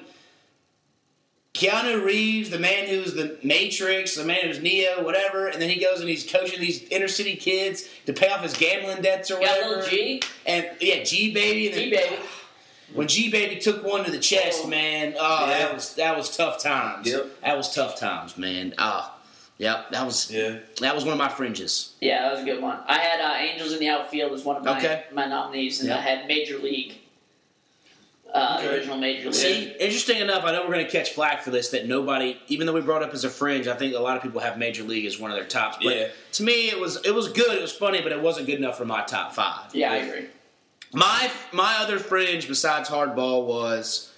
Keanu Reeves, the man who's the Matrix, the man who's Neo, whatever, and then he goes and he's coaching these inner city kids to pay off his gambling debts or Got whatever. a little G. And yeah, G baby. And then- G baby. When G baby took one to the chest, Oh. man. Oh, Yeah. that was that was tough times. Yep. That was tough times, man. Ah, yep. That was Yeah. that was one of my fringes. Yeah, that was a good one. I had uh, Angels in the Outfield as one of my, Okay. my nominees, and Yeah. I had Major League, uh, the Okay. original Major League. See, interesting enough, I know we're going to catch flack for this that nobody, even though we brought up as a fringe, I think a lot of people have Major League as one of their tops. But Yeah. to me, it was it was good, it was funny, but it wasn't good enough for my top five. Yeah, I agree. My my other fringe besides hardball was,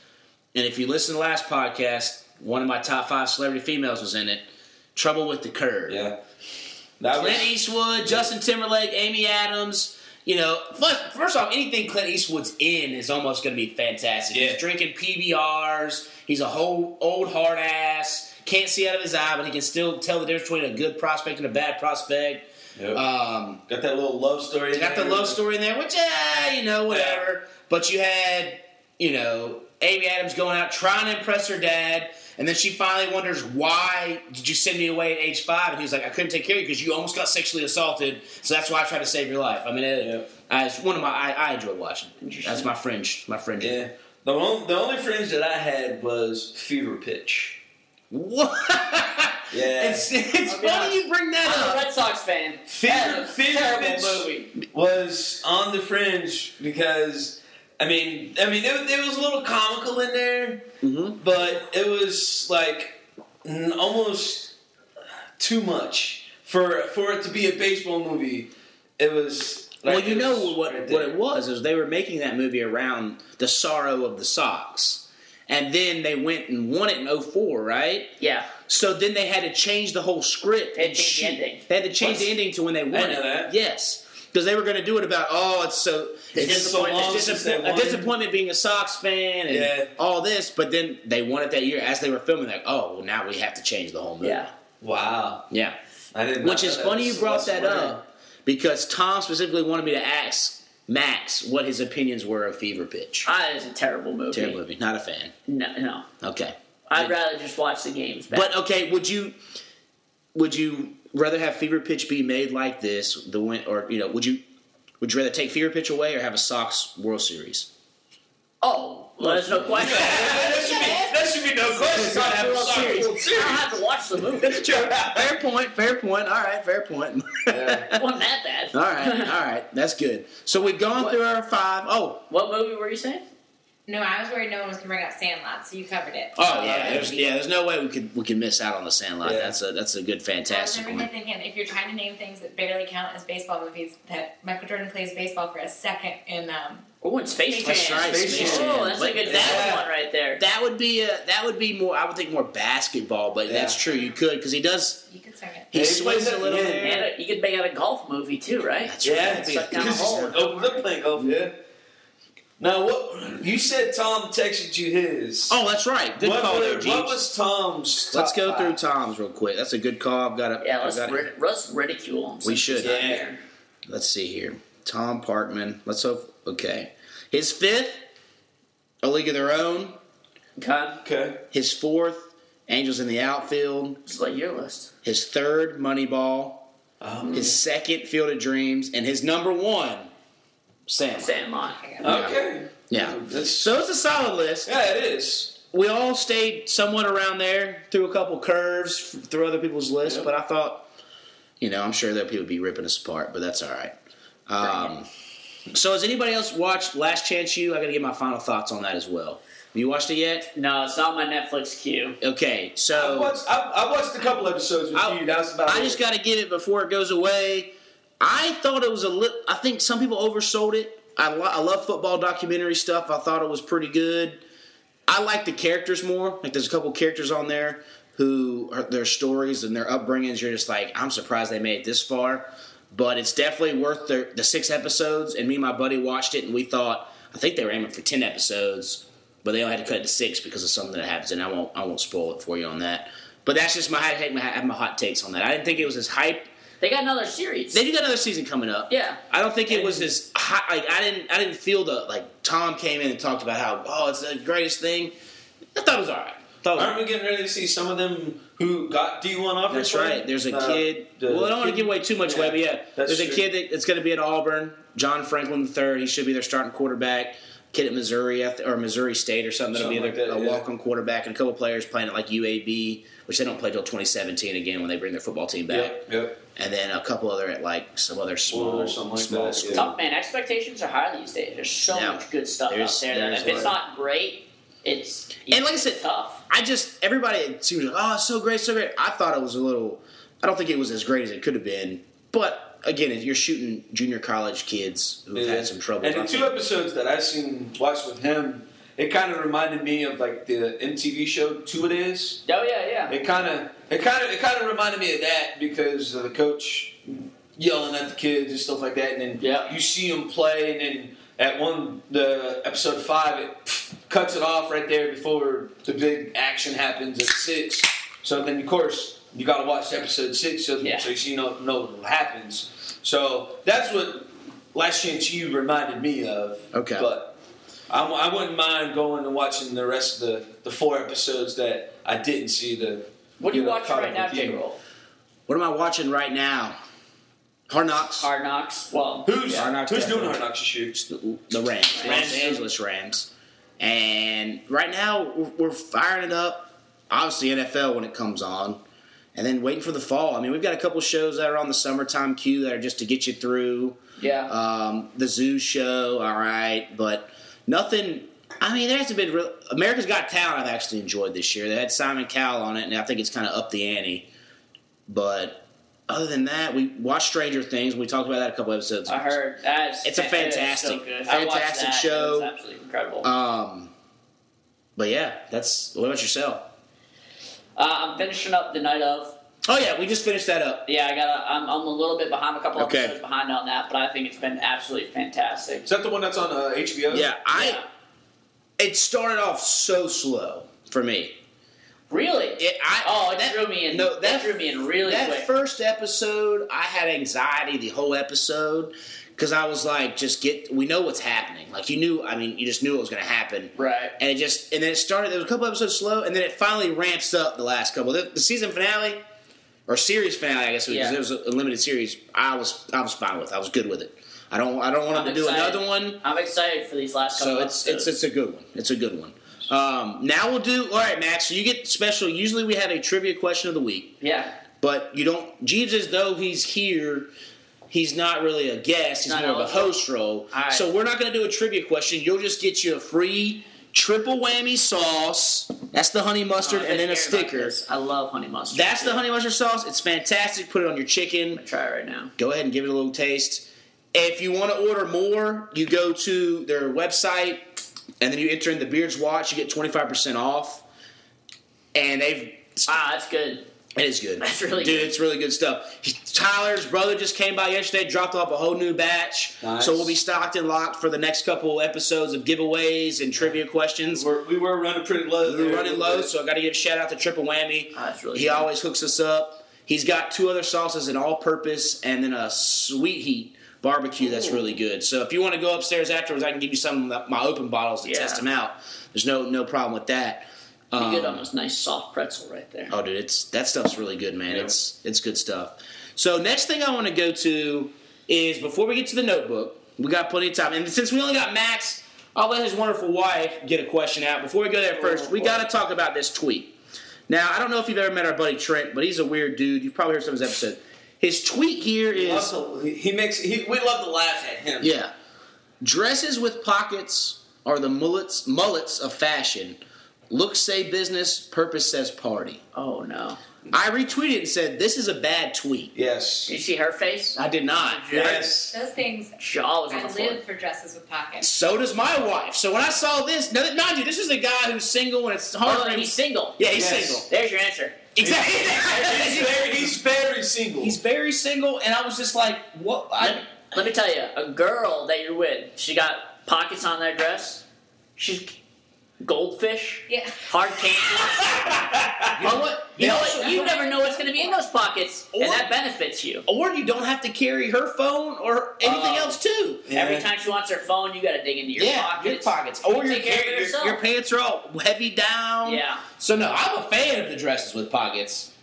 and if you listen to the last podcast, one of my top five celebrity females was in it. Trouble with the Curb. Yeah. That Clint was. Eastwood, Justin Timberlake, Amy Adams. You know, first, first off, anything Clint Eastwood's in is almost going to be fantastic. Yeah. He's drinking PBRs. He's a whole old hard ass. Can't see out of his eye, but he can still tell the difference between a good prospect and a bad prospect. Yep. Um, got that little love story. in got the there. love story in there, which, eh, you know, whatever. But you had, you know, Amy Adams going out trying to impress her dad, and then she finally wonders, why did you send me away at age five? And he's like, I couldn't take care of you because you almost got sexually assaulted, so that's why I tried to save your life. I mean, it, Yeah. I, it's one of my, I, I enjoy watching. it. Interesting. That's my fringe, my fringe. Yeah. The only, the only fringe that I had was Fever Pitch. What? Yeah. It's, it's I'll be funny honest. you bring that I'm a up. Red Sox fan. Fever, That's a Fever terrible Pitch movie. was on the fringe because I mean I mean it, it was a little comical in there, Mhm. but it was like n- almost too much for for it to be a baseball movie. It was. Well, like, you it know was what right what there. it was is they were making that movie around the sorrow of the Sox, and then they went and won it in 04, right? Yeah. So then they had to change the whole script They and had to change the shit. ending. They had to change What? the ending to when they won know it. that. Yes, because they were going to do it about oh, it's so It's it's just so long it's since disappoint- they won. a disappointment being a Sox fan and Yeah. all this, but then they won it that year as they were filming. Like, oh, well, now we have to change the whole movie. Yeah. Wow, yeah. I didn't. Which is funny you brought that up because Tom specifically wanted me to ask Max what his opinions were of Fever Pitch. Ah, it is a terrible movie. Terrible movie. Not a fan. No, no. Okay. I'd Did- rather just watch the games back. But okay, would you would you rather have Fever Pitch be made like this? The win, or you know, would you would you rather take Fever Pitch away or have a Sox World Series? oh, well, there's no question. that should be that should be no question. Gotta have a World soccer Series. World I don't Series. have to watch the movie. That's true. Fair point. Fair point. All right. Fair point. It wasn't that bad. all right. All right. That's good. So we've gone What? through our five. Oh. What movie were you saying? No, I was worried no one was going to bring up Sandlot, so you covered it. Oh yeah, there's, yeah. There's no way we could we could miss out on the Sandlot. Yeah. That's a that's a good I was fantastic never one. hit thinking if you're trying to name things that barely count as baseball movies, that Michael Jordan plays baseball for a second in um, Oh, and Space Jam. That's right, Space Jam. Oh, that's a good that Yeah. one right there. That would be a that would be more. I would think more basketball, but Yeah. that's true. You could because he does You could start it. he Yeah, he swings plays a it- little. yeah. there. And you could make out a golf movie too, right? That's Yeah, right. suck down Because the he's- hole. Oh, they're playing golf. Yeah. Now what you said? Tom texted you his. Oh, that's right. Good what, call were- there, what Jeeves. was Tom's? Let's top go five? through Tom's real quick. That's a good call. I've got a. Yeah, I've let's, got rid- let's ridicule him. We should. Yeah. Yeah. Here. Let's see here. Tom Parkman. Let's hope. Okay, his fifth, A League of Their Own. Okay. Okay. His fourth, Angels in the Outfield. It's like your list. His third, Moneyball. Um, His second, Field of Dreams, and his number one, Sam. Sandlot. okay. Yeah. That's, So it's a solid list. yeah, it is. we all stayed somewhat around there through a couple curves f- through other people's lists, Yep. but I thought, you know, I'm sure that people would be ripping us apart, but that's all right. Um, So has anybody else watched Last Chance U? I got to get my final thoughts on that as well. Have you watched it yet? No, it's not my Netflix queue. Okay, I so watched, I, I watched a couple episodes with I- you. That was about I it. just got to get it before it goes away. I thought it was a little. I think some people oversold it. I, lo- I love football documentary stuff. I thought it was pretty good. I like the characters more. Like there's a couple characters on there who are, their stories and their upbringings. You're just like, I'm surprised they made it this far. But it's definitely worth the, the six episodes. And me and my buddy watched it, and we thought I think they were aiming for ten episodes, but they only had to cut it to six because of something that happens. And I won't I won't spoil it for you on that. But that's just my I had my, I had my hot takes on that. I didn't think it was as hype. They got another series. They do got another season coming up. yeah. I don't think it was as high, like I didn't I didn't feel the like Tom came in and talked about how oh it's the greatest thing. I thought it was all right. Thought it was all Aren't we getting ready to see some of them who got D1 offers? That's for it? right. There's a Uh, kid. the well, I don't want to kid- give away too much Yeah, away, but yeah, that's there's a true. kid that, that's going to be at Auburn. John Franklin III. He should be their starting quarterback. Kid at Missouri I th- or Missouri State or something. That'll Something be their like that, a yeah. walk-on quarterback and a couple players playing at like UAB, which they don't play till 2017 again when they bring their football team back, Yep, yep. and then a couple other at like some other small or something like small that, school. yeah. Tough man. Expectations are high these days. There's so Yeah. much good stuff There's- out there that there's if it's like- not great, it's And like I said- tough. I just everybody seems like oh it's so great, so great. I thought it was a little. I don't think it was as great as it could have been, but again, if you're shooting junior college kids who've Yeah. had some trouble. And the two episodes that I seen watched with him, it kind of reminded me of like the MTV show Two It Is. Oh yeah, yeah. It kind of, it kind of, it kind of reminded me of that because of the coach yelling at the kids and stuff like that, and then Yeah. you see him play, and then at one the episode five it pff, cuts it off right there before the big action happens at six. So then of course you got to watch episode six so, Yeah. so you see no know what happens. So that's what Last Chance You reminded me of. Okay. but. I, w- I wouldn't mind going and watching the rest of the, the four episodes that I didn't see. The What are you know, watching caught right up now, with you. J Roll? What am I watching right now? Hard Knocks. Hard Knocks. Well, Who's Hard Knocks who's definitely. doing Hard Knocks this year? The, the Rams, Los Angeles Rams. And right now we're, we're firing it up. Obviously NFL when it comes on, and then waiting for the fall. I mean, we've got a couple shows that are on the summertime queue that are just to get you through. yeah. Um, the Zoo Show, all right, but nothing. I mean, there hasn't been real. America's Got Talent. I've actually enjoyed this year. They had Simon Cowell on it, and I think it's kind of up the ante. But other than that, we watched Stranger Things. We talked about that a couple episodes. I heard that's It's a that is so fantastic- good. I watched fantastic that. show. It was absolutely incredible. Uh, Um, but yeah, that's what about yourself? I'm finishing up the night of. Oh yeah, we just finished that up. Yeah, I got. to I'm, I'm a little bit behind, a couple Okay. episodes behind on that, but I think it's been absolutely fantastic. Is that the one that's on uh, HBO? Yeah, I Yeah. it started off so slow for me. Really? It, I oh, it that- drew me in. no, that, that- drew me in really that quick. first episode, I had anxiety the whole episode because I was like, just get. We know what's happening. Like you knew. I mean, you just knew it was going to happen. right. And it just and then it started. There was a couple episodes slow, and then it finally ramps up the last couple. The, the season finale or series finale, I guess, because Yeah. it was a limited series. I was I was fine with. I was good with it. I don't I don't want I'm them to do excited. another one. I'm excited for these last couple. So it's it's episodes. it's a good one. It's a good one. Um, now we'll do all right, Max. So you get special. Usually we have a trivia question of the week, yeah. but you don't. Jeeves, as though he's here, he's not really a guest. He's Not more of a eligible. host role. All right. So we're not going to do a trivia question. You'll just get you a free triple whammy sauce. That's the honey Oh, mustard I've and been then a hearing about sticker. this. I love honey mustard. That's the Yeah. honey mustard sauce. It's fantastic. Put it on your chicken I'm gonna try it right now. go ahead and give it a little taste. If you want to order more, you go to their website and then you enter in the Beards Watch. You get 25% off. And they've. Ah, that's good. It is good. That's really Dude, good. it's really good stuff. He- Tyler's brother just came by yesterday, dropped off a whole new batch. Nice. So we'll be stocked and locked for the next couple episodes of giveaways and trivia questions. We're, we were running pretty low. We're there. running low, so I got to give a shout out to Triple Whammy. Ah, that's really He good. always hooks us up. He's got two other sauces, an all-purpose and then a sweet heat barbecue that's really good. So if you want to go upstairs afterwards, I can give you some of my open bottles to Yeah. test them out. There's no no problem with that. You get Um, almost nice soft pretzel right there. Oh, dude, it's that stuff's really good, man. Yeah. It's it's good stuff. So next thing I want to go to is before we get to the notebook, we got plenty of time, and since we only got Max, I'll let his wonderful wife get a question out. Before we go there first, we got to talk about this tweet. Now, I don't know if you've ever met our buddy Trent, but he's a weird dude. You've probably heard some of his episode. His tweet here He is loves to- he makes. He, we love to laugh at him. yeah. Dresses with pockets are the mullets mullets of fashion. Looks say business, purpose says party. Oh no! I retweeted and said this is a bad tweet. Yes. Did you see her face? I did not. Yes. Those things. Jaw was on I the floor. live for dresses with pockets. So does my wife. So when I saw this, now, mind you, this is a guy who's single and it's hard Oh, for him. he's single. yeah, he's Yes. single. There's your answer. He's very, Exactly. he's very single. he's very single, and I was just like, what? Let, I, let me tell you, a girl that you're with, she got pockets on that dress. She's goldfish, Yeah. hard candy. you know what? You know Also- what? You never know what's going to be in those pockets, and Or- that benefits you. Or you don't have to carry her phone or anything Oh. else too. Every time she wants her phone, you got to dig into your yeah, pockets. your pockets. Or You your, take care of your, yourself. your pants are all heavy down. Yeah. So no, I'm a fan of the dresses with pockets,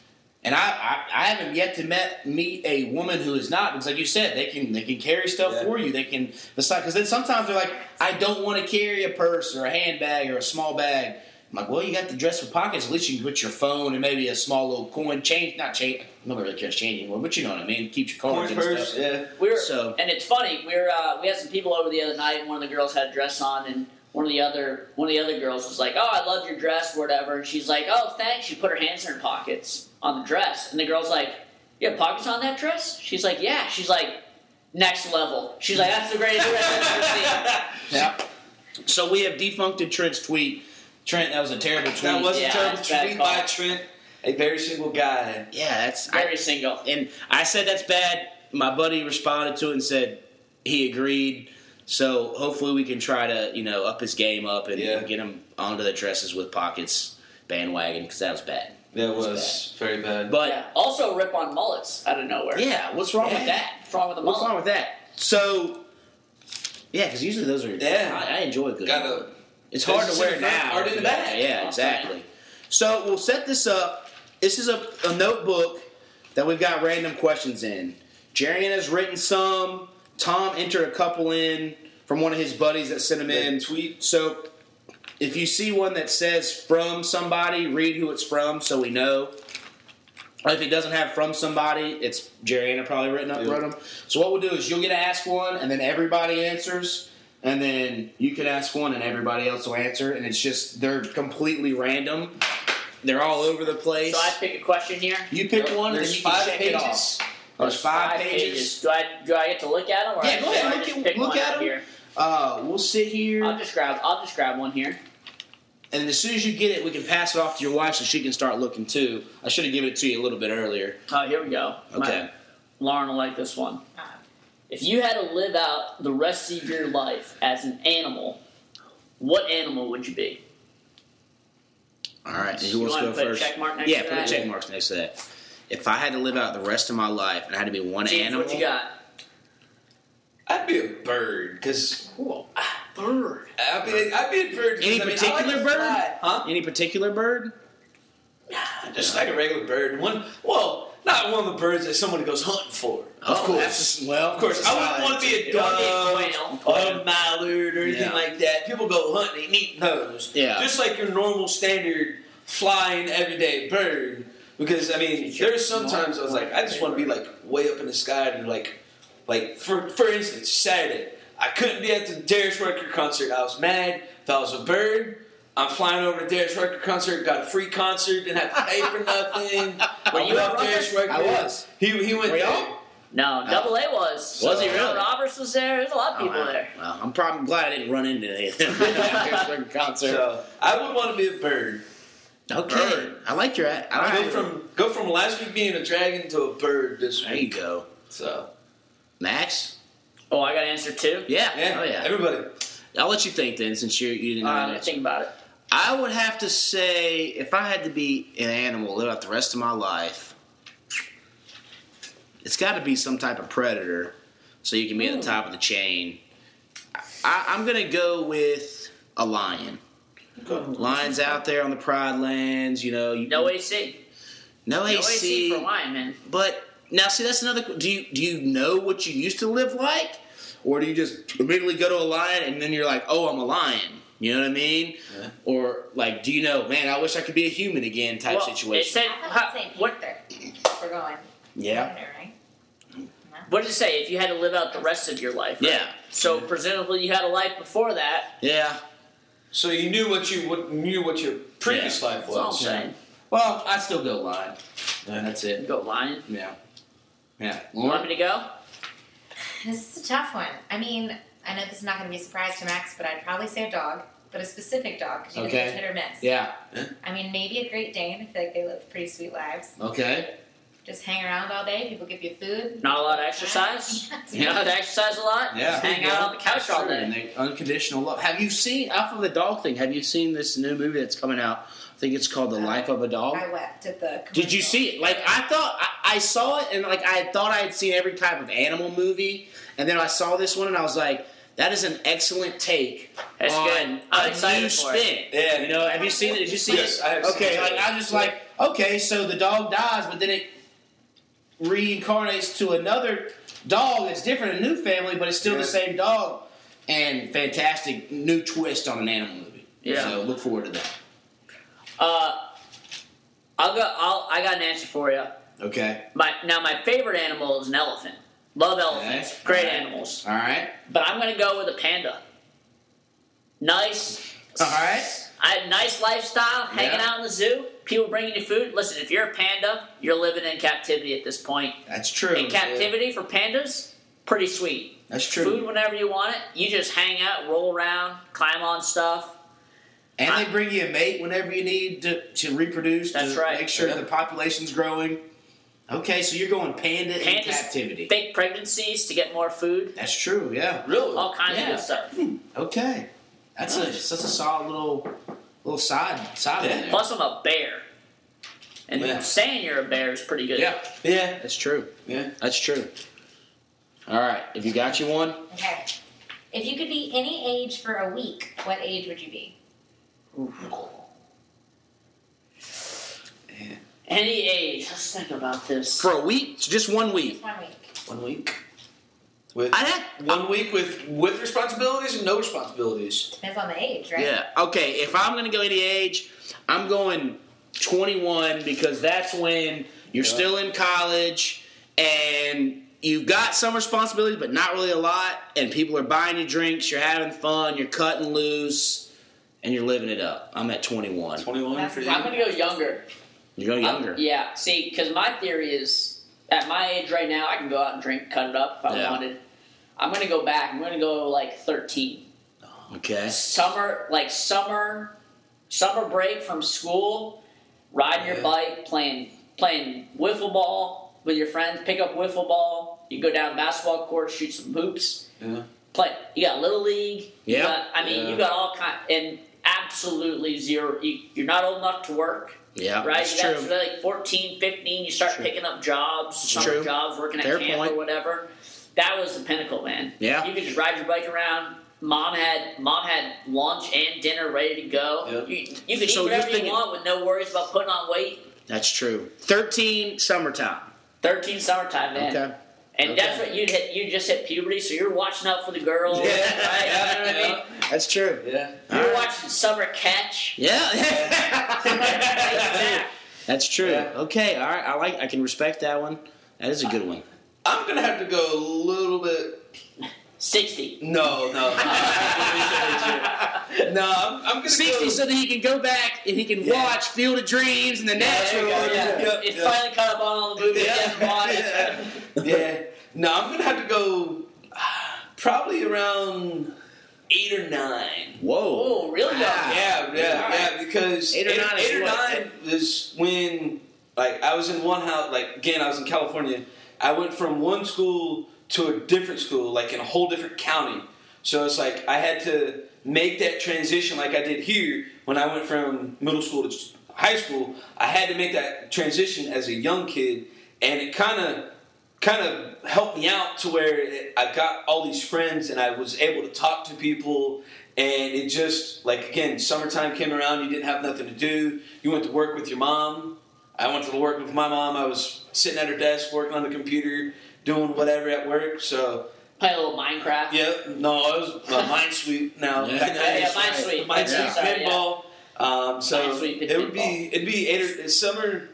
and I I, I haven't yet to met meet a woman who is not because, like you said, they can they can carry stuff Yeah. for you. They can besides because then sometimes they're like, I don't want to carry a purse or a handbag or a small bag. I'm like, well, you got the dress with pockets. At least you can put your phone and maybe a small little coin, change, not change. Nobody really cares change anymore, but you know what I mean. Keep your cards Corn and purse. stuff. Yeah. We were, So- and it's funny. We were, uh, we had some people over the other night. and One of the girls had a dress on, and one of the other one of the other girls was like, "Oh, I love your dress, whatever." And she's like, "Oh, thanks." She put her hands in her pockets on the dress, and the girl's like, "You have pockets on that dress?" She's like, "Yeah." She's like, "Next level." She's like, "That's the greatest dress I've ever seen." Yeah. So we have defuncted Trent's tweet. Trent, that was a terrible tweet. That was Yeah, a terrible that's bad tweet by call. Trent, a very single guy. Yeah, that's I, Very single. and I said that's bad. My buddy responded to it and said he agreed. So hopefully we can try to you know up his game up and, Yeah. get him onto the dresses with pockets bandwagon because that was bad. That was was very bad. But Yeah. Also, rip on mullets out of nowhere. yeah, what's wrong What's with with that? that? What's wrong with a What's mullet? wrong with that? So, yeah, because usually those are. Yeah. I, I enjoy a good. Got mullet. a it's hard to business wear in the front, now. art in the back. Yeah, exactly. So we'll set this up. This is a, a notebook that we've got random questions in. Jarian has written some. Tom entered a couple in from one of his buddies that sent him in. The tweet. So if you see one that says from somebody, read who it's from so we know. Or if it doesn't have from somebody, it's Jarianna probably written up Yeah. wrote 'em. So what we'll do is you'll get to ask one, and then everybody answers, and then you can ask one, and everybody else will answer, and it's just they're completely random. They're all over the place. So I pick a question here. you pick one, and then There's you can five check it pages. off. There's five, pages. Do I do I get to look at them? Or Yeah, I go just- ahead, I look just at- pick look one at out 'em. here. Uh, we'll sit here, I'll just grab. I'll just grab one here. and then as soon as you get it, we can pass it off to your wife so she can start looking too. I should have given it to you a little bit earlier. Oh, here we go. My- Okay. Lauren will like this one. If you had to live out the rest of your life as an animal, what animal would you be? All right. and You who wants to wanna go put a first? check mark next yeah, to put that? a check marks next to that. If I had to live out the rest of my life and I had to be one James, animal, what you got? I'd be a bird because Cool. Ah, bird. I'd be I'd be a bird. 'cause, Any I mean, I particular like to bird? fly. Huh? any particular bird? Nah, just like a regular bird. One. Well, not one of the birds that somebody goes hunting for. Oh, Of course. that's- Well, Of course, I wouldn't want to be a You don't need dove quail. or a mallard or anything Yeah. like that. People go hunting, they need those. Yeah. Just like your normal standard flying everyday bird. Because I mean, Sure. there's sometimes I was like, I just want to be like way up in the sky and like, like for for instance, Saturday, I couldn't be at the Darius Rucker concert. I was mad. If I was a bird, I'm flying over to Darius Rucker concert. Got a free concert. Didn't have to pay for nothing. Were you I at love Rucker? Darius Rucker. I was. He he went. Were there. y'all? No, Double A was. Oh. Was he John really? Roberts was there. There's a lot of people Oh, wow. there. Well, I'm probably glad I didn't run into any of them after a concert. So I would want to be a bird. okay, Bird. I like your. I go like- from go from last week being a dragon to a bird this there you week. go, So Max. Oh, I got an answer too. Yeah, yeah, oh yeah. everybody. I'll let you think then, since you you didn't know All right, that. I'm gonna think about it. I would have to say, if I had to be an animal, live out the rest of my life, it's got to be some type of predator, so you can be at the top of the chain. I, I'm gonna go with a lion. Lions out there on the pride lands, you know. You, No AC. no No AC AC. for wine, man. but now, see, that's another. Do you do you know what you used to live like, or do you just immediately go to a lion and then you're like, oh, I'm a lion. You know what I mean? Yeah. Or like, do you know, man, I wish I could be a human again type Well, It Um, situation. said, I thought how- it was St. what, We're going. yeah. Panther, right? No. What did it say? If you had to live out the rest of your life. right? Yeah. So presumably you had a life before that. Yeah. So you knew what you what, knew what your previous life That's all I'm was. saying. Well, I still go line. That's it. Go lion. Yeah. Yeah. You want Lauren? me to go? This is a tough one. I mean, I know this is not going to be a surprise to Max, but I'd probably say a dog, but a specific dog because you Okay. can be hit or miss. Yeah. I mean, maybe a Great Dane. I feel like they live pretty sweet lives. Okay. Just hang around all day. People give you food. Not a lot of exercise. You don't have to exercise a lot. Yeah. Just hang out on the couch That's all true, day. and they- unconditional love. Have you seen off of the dog thing? Have you seen this new movie that's coming out? I think it's called The Life of a Dog. I wept at the. Commercial. Did you see it? Like I thought I, I saw it, and like I thought I had seen every type of animal movie, and then I saw this one, and I was like, "That is an excellent take That's on good. I'm a excited new for it. spin." Yeah. You know, have you seen it? Did you see Yes, it? I have seen okay, it. like I'm just like, okay, so the dog dies, but then it reincarnates to another dog that's different, a new family, but it's still Yeah. the same dog. And fantastic new twist on an animal movie. Yeah. So look forward to that. Uh, I'll go. I'll. I got an answer for you. Okay. My now my favorite animal is an elephant. Love elephants. Okay. Great All right. animals. All right. But I'm gonna go with a panda. Nice. All right. I nice lifestyle, hanging Yeah. out in the zoo. People bringing you food. Listen, if you're a panda, you're living in captivity at this point. That's true. In captivity for pandas, pretty sweet. That's true. Food whenever you want it. You just hang out, roll around, climb on stuff. And they bring you a mate whenever you need to, to reproduce. That's to right. Make sure the population's growing. Okay, so you're going panda in Pandas- captivity. Fake pregnancies to get more food. That's true. Yeah. Really? Oh. All kinds of Yeah. good stuff. Okay. That's a that's a solid little little side side Yeah. in there. Plus, I'm a bear. And Yeah. saying you're a bear is pretty good. yeah. Yeah. "That's true. Yeah. That's true." All right, if you got you one, Okay. If you could be any age for a week, what age would you be? Any age. Let's think about this. for a week, just one week. Just one week. One week. With I'd have, one week with with responsibilities and no responsibilities. Depends on the age, right? Yeah. Okay. If I'm gonna go any age, I'm going 21 because that's when you're Yeah. still in college and you've got some responsibility, but not really a lot. And people are buying you drinks. You're having fun. You're cutting loose, and you're living it up. I'm at 21. Twenty one That's for you. I'm going to go younger. You're going I'm- younger. yeah. See, because my theory is at my age right now, I can go out and drink, cut it up if I Yeah. wanted. I'm going to go back. I'm going to go like 13. Okay. summer like summer summer break from school riding your Yeah. bike playing playing wiffle ball with your friends pick up wiffle ball you go down basketball court shoot some hoops Yeah. play you got little league you Yeah. got- i mean Yeah. you got all kind and absolutely zero you, you're not old enough to work Yeah. right That's you got true. to like 14 15 you start True. picking up jobs summer true. jobs working at Fair camp point. or whatever that was the pinnacle man Yeah. you could just ride your bike around. Mom had mom had lunch and dinner ready to go. Yeah. You, you could So eat whatever you're thinking- you want with no worries about putting on weight. That's true. 13 summertime. Thirteen summertime, man, Okay. and that's Okay. what you'd hit. You just hit puberty, so you're watching out for the girls. Yeah. right? You know what I mean? That's true. Yeah. All You're right. watching summer catch. Yeah. That's true. Yeah. Okay, all right. I like. I can respect that one. That is a good one. I'm gonna have to go a little bit. Sixty. No, no. no, I'm, I'm gonna Sixty, go. so that he can go back and he can Yeah. watch Field of Dreams and The there Natural. you go, yeah. Yep, It yep. finally caught up on all the movies. Yeah. Yeah. Yeah. yeah. No, I'm gonna have to go. ah, Probably around eight or nine. Whoa. Oh, really? young. Yeah, yeah, yeah. Because Eight or nine is eight or what? nine is when, like, I was in one house. Like again, I was in California. I went from one school to a different school, like in a whole different county. So it's like I had to make that transition, like I did here when I went from middle school to high school. I had to make that transition as a young kid, and it kind of kind of helped me out to where it, I got all these friends and I was able to talk to people. And it just, like, again, summertime came around, you didn't have nothing to do. You went to work with your mom. I went to work with my mom. I was sitting at her desk working on the computer, doing whatever at work. So, Play a little Minecraft. yeah, no, I was uh, mind sweep now. Yeah. Back then, Yeah, I Mind used to- Sweep. Mind Yeah. sweep Sorry, yeah. pinball. Um, so Mind Sweep and it would be pinball. it'd be eight or, summer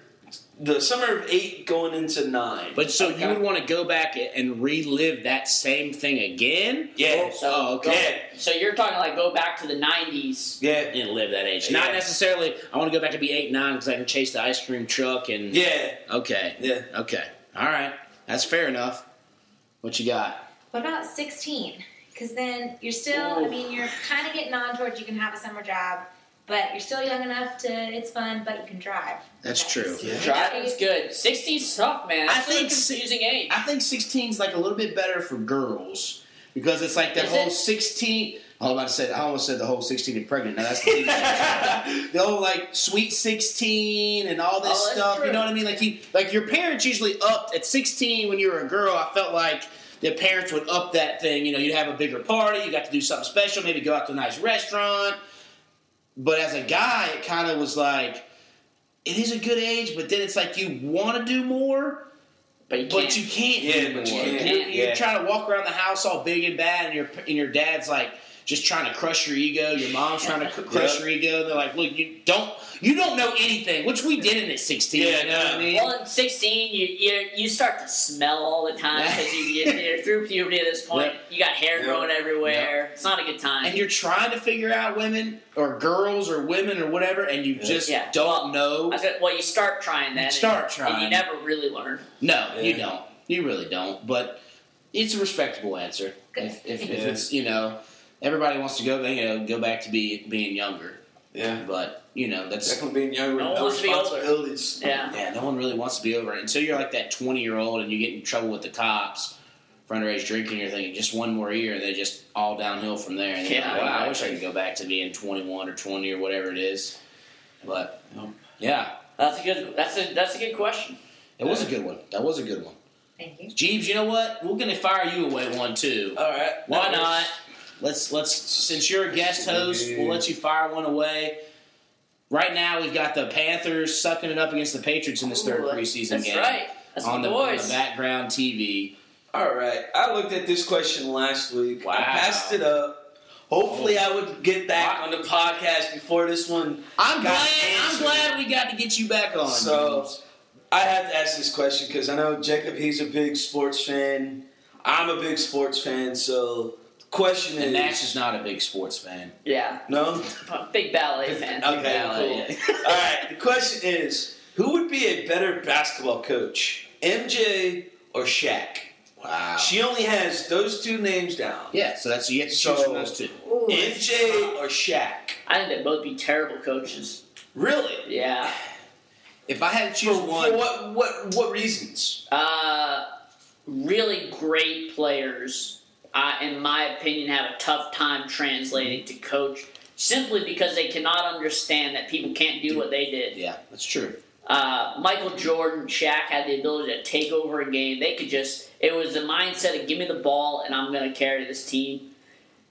the summer of eight going into nine. But so you Okay. would want to go back and relive that same thing again? Yeah. Or- So oh, okay. go- so you're talking like go back to the '90s. yeah, And live that age. Not Yeah. necessarily. I want to go back and be eight nine because I can chase the ice cream truck and. yeah, Okay. yeah. Okay. All right. That's fair enough. What you got? What about 16? Because then you're still, I Oh. Ooh. mean, you're kind of getting on towards you can have a summer job, but you're still young enough to, it's fun, but you can drive. That's true. Yeah. Driving's good. 60s suck, man. I That's think a confusing age. I think 16 is like a little bit better for girls because it's like that Is whole it? 16. I was about to say, I almost said the whole 16 and pregnant. Now that's the, the whole like sweet 16 and all this Oh, that's stuff. You true. know what I mean? Like you, Like your parents usually upped at 16 when you were a girl. I felt like the parents would up that thing. You know, you'd have a bigger party. You got to do something special. Maybe go out to a nice restaurant. but as a guy, it kind of was like it is a good age, but then it's like you want to do more, But you can't. but you can't. Yeah, do but you more. can't. You're, you're Yeah. trying to walk around the house all big and bad, and your and your dad's like just trying to crush your ego. Your mom's trying to cr- crush Yeah. your ego. They're like, look, you don't you don't know anything, which we didn't at sixteen. Yeah, you know what I no. mean? well, in 16, you, you you start to smell all the time because you, get- you're through puberty at this point. You got hair Yeah. growing everywhere. It's not a good time. and you're trying to figure out women or girls or women or whatever, and you just Yeah. don't know. I said, well, you start trying that. You start and, and trying. you never really learn. No, you Yeah. don't. You really don't. But it's a respectable answer. Good. If, if, if Yeah. it's you know, everybody wants to go back, you know, go back to be being younger. Yeah. But you know, that's Second being younger, No no, one's the older. responsibilities. Yeah. yeah, no one really wants to be over it until you're like that twenty year old and you get in trouble with the cops for underage drinking. You're thinking just one more year, and they just all downhill from there. And you're Yeah, like, wow, I wish I exactly. could go back to being twenty one or twenty or whatever it is. But Nope. yeah, That's a good. That's a that's a good question. it was a good one. That was a good one. Thank you. Jeeves, you know what? We're gonna fire you away one Uh, too. All right. Why No, not? Let's let's since you're a guest host, we'll let you fire one away. Right now, we've got the Panthers sucking it up against the Patriots in this third Ooh, preseason That's game right. That's on, my the, on boys. the background TV. All right. I looked at this question last week. Wow. I passed it up. Hopefully, I would get back Wow. on the podcast before this one. I'm Got glad. I'm answered. glad we got to get you back on. So- James. I have to ask this question because I know Jacob. He's a big sports fan. I'm a big sports fan. So, the question and Nash is is not a big sports fan. yeah. no. Big ballet fan. Okay, Valid. All right. The question is, who would be a better basketball coach, MJ or Shaq? wow. She only has those two names down. Yeah. So that's you have to So- choose from those two. Ooh. MJ or Shaq? I think they'd both be terrible coaches. Really? Yeah. If I had to For, choose for one, what what what reasons? Uh, really great players, uh, in my opinion, have a tough time translating to coach simply because they cannot understand that people can't do what they did. yeah, that's true. Uh, Michael Jordan, Shaq had the ability to take over a game. They could just, it was the mindset of give me the ball and I'm going to carry this team.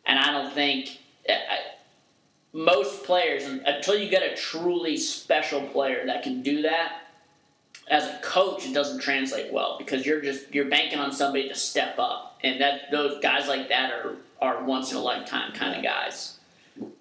And I don't think I, I- most players, until you get a truly special player that can do that, as a coach, it doesn't translate well because you're just you're banking on somebody to step up, and that those guys like that are are once in a lifetime kind of guys.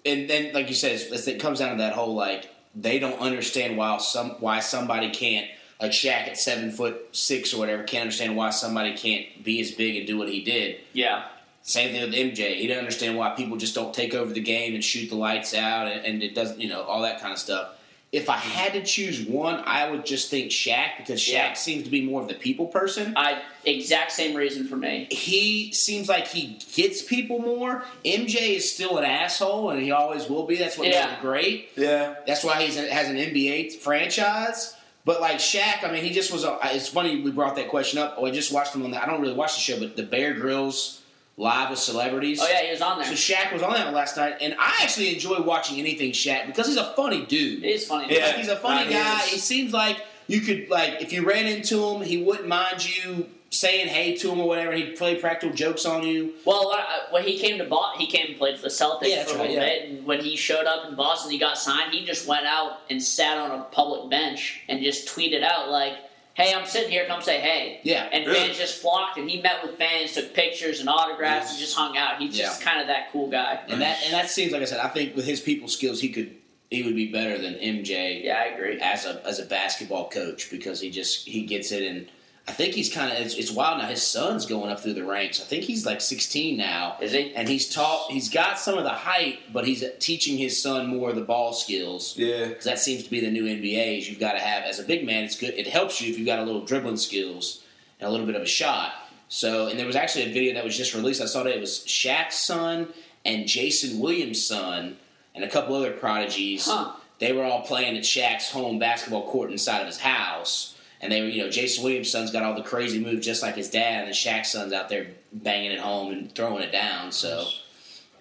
and then like you said, it's, it's- it comes down to that whole like they don't understand why some why somebody can't like Shaq at seven foot six or whatever can't understand why somebody can't be as big and do what he did. Yeah, Same thing with MJ. He didn't understand why people just don't take over the game and shoot the lights out and, and it doesn't, you know, all that kind of stuff. If I had to choose one, I would just think Shaq because Shaq Yeah. seems to be more of the people person. I exact same reason for me. He seems like he gets people more. MJ is still an asshole and he always will be. That's what made Yeah. him great. Yeah. That's why he's has an NBA franchise. But like Shaq, I mean, he just was. A, it's funny we brought that question up. Oh, I just watched him on that. I don't really watch the show, but the Bear Grylls live with celebrities. Oh yeah, he was on there. So Shaq was on that last night, and I actually enjoy watching anything Shaq because he's a funny dude. It is funny. Yeah. Like, he's a funny Yeah, he guy. is. He seems like you could like if you ran into him, he wouldn't mind you saying hey to him or whatever. He'd play practical jokes on you. Well, when, I- when he came to Boston, he came and played for the Celtics Yeah, that's for a right, little yeah. bit. And when he showed up in Boston, he got signed. He just went out and sat on a public bench and just tweeted out like, "Hey, I'm sitting here. Come say hey." Yeah, And Really? fans just flocked, and he met with fans, took pictures and autographs, and just hung out. He's just kind of that cool guy. And that and that seems like I said, I think with his people skills, he could he would be better than MJ Yeah, I agree. as a as a basketball coach because he just he gets it and I think he's kind of it's, it's wild now. His son's going up through the ranks. I think he's like 16 now, Is he? and he's taught he's got some of the height, but he's teaching his son more of the ball skills Yeah. because that seems to be the new NBA. Is you've got to have as a big man. It's good. It helps you if you've got a little dribbling skills and a little bit of a shot. So, and there was actually a video that was just released. I saw that it was Shaq's son and Jason Williams' son and a couple other prodigies. Huh. They were all playing at Shaq's home basketball court inside of his house. And they were, you know, Jason Williams' son's got all the crazy moves just like his dad, and then Shaq's son's out there banging it home and throwing it down. So,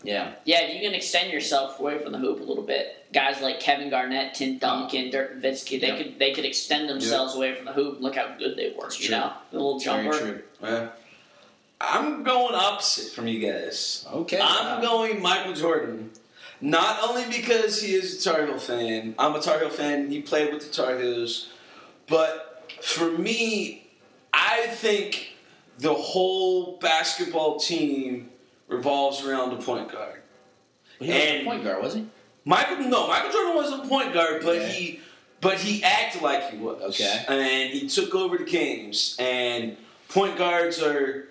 yeah. Yeah, you can extend yourself away from the hoop a little bit. Guys like Kevin Garnett, Tim Duncan, Dirk Nowitzki, they Uh-huh. Yeah. could they could extend themselves away from the hoop. Look how good they were. It's you true. know, the little Very jumper. true. Yeah. I'm going opposite from you guys. Okay. I'm going Michael Jordan. Not only because he is a Tar Heel fan, I'm a Tar Heel fan, he played with the Tar Heels, but for me, I think the whole basketball team revolves around the point guard. He was a And- point guard, was he? Michael, no, Michael Jordan wasn't a point guard, but Okay. he, but he acted like he was. Okay. and he took over the games. And point guards are,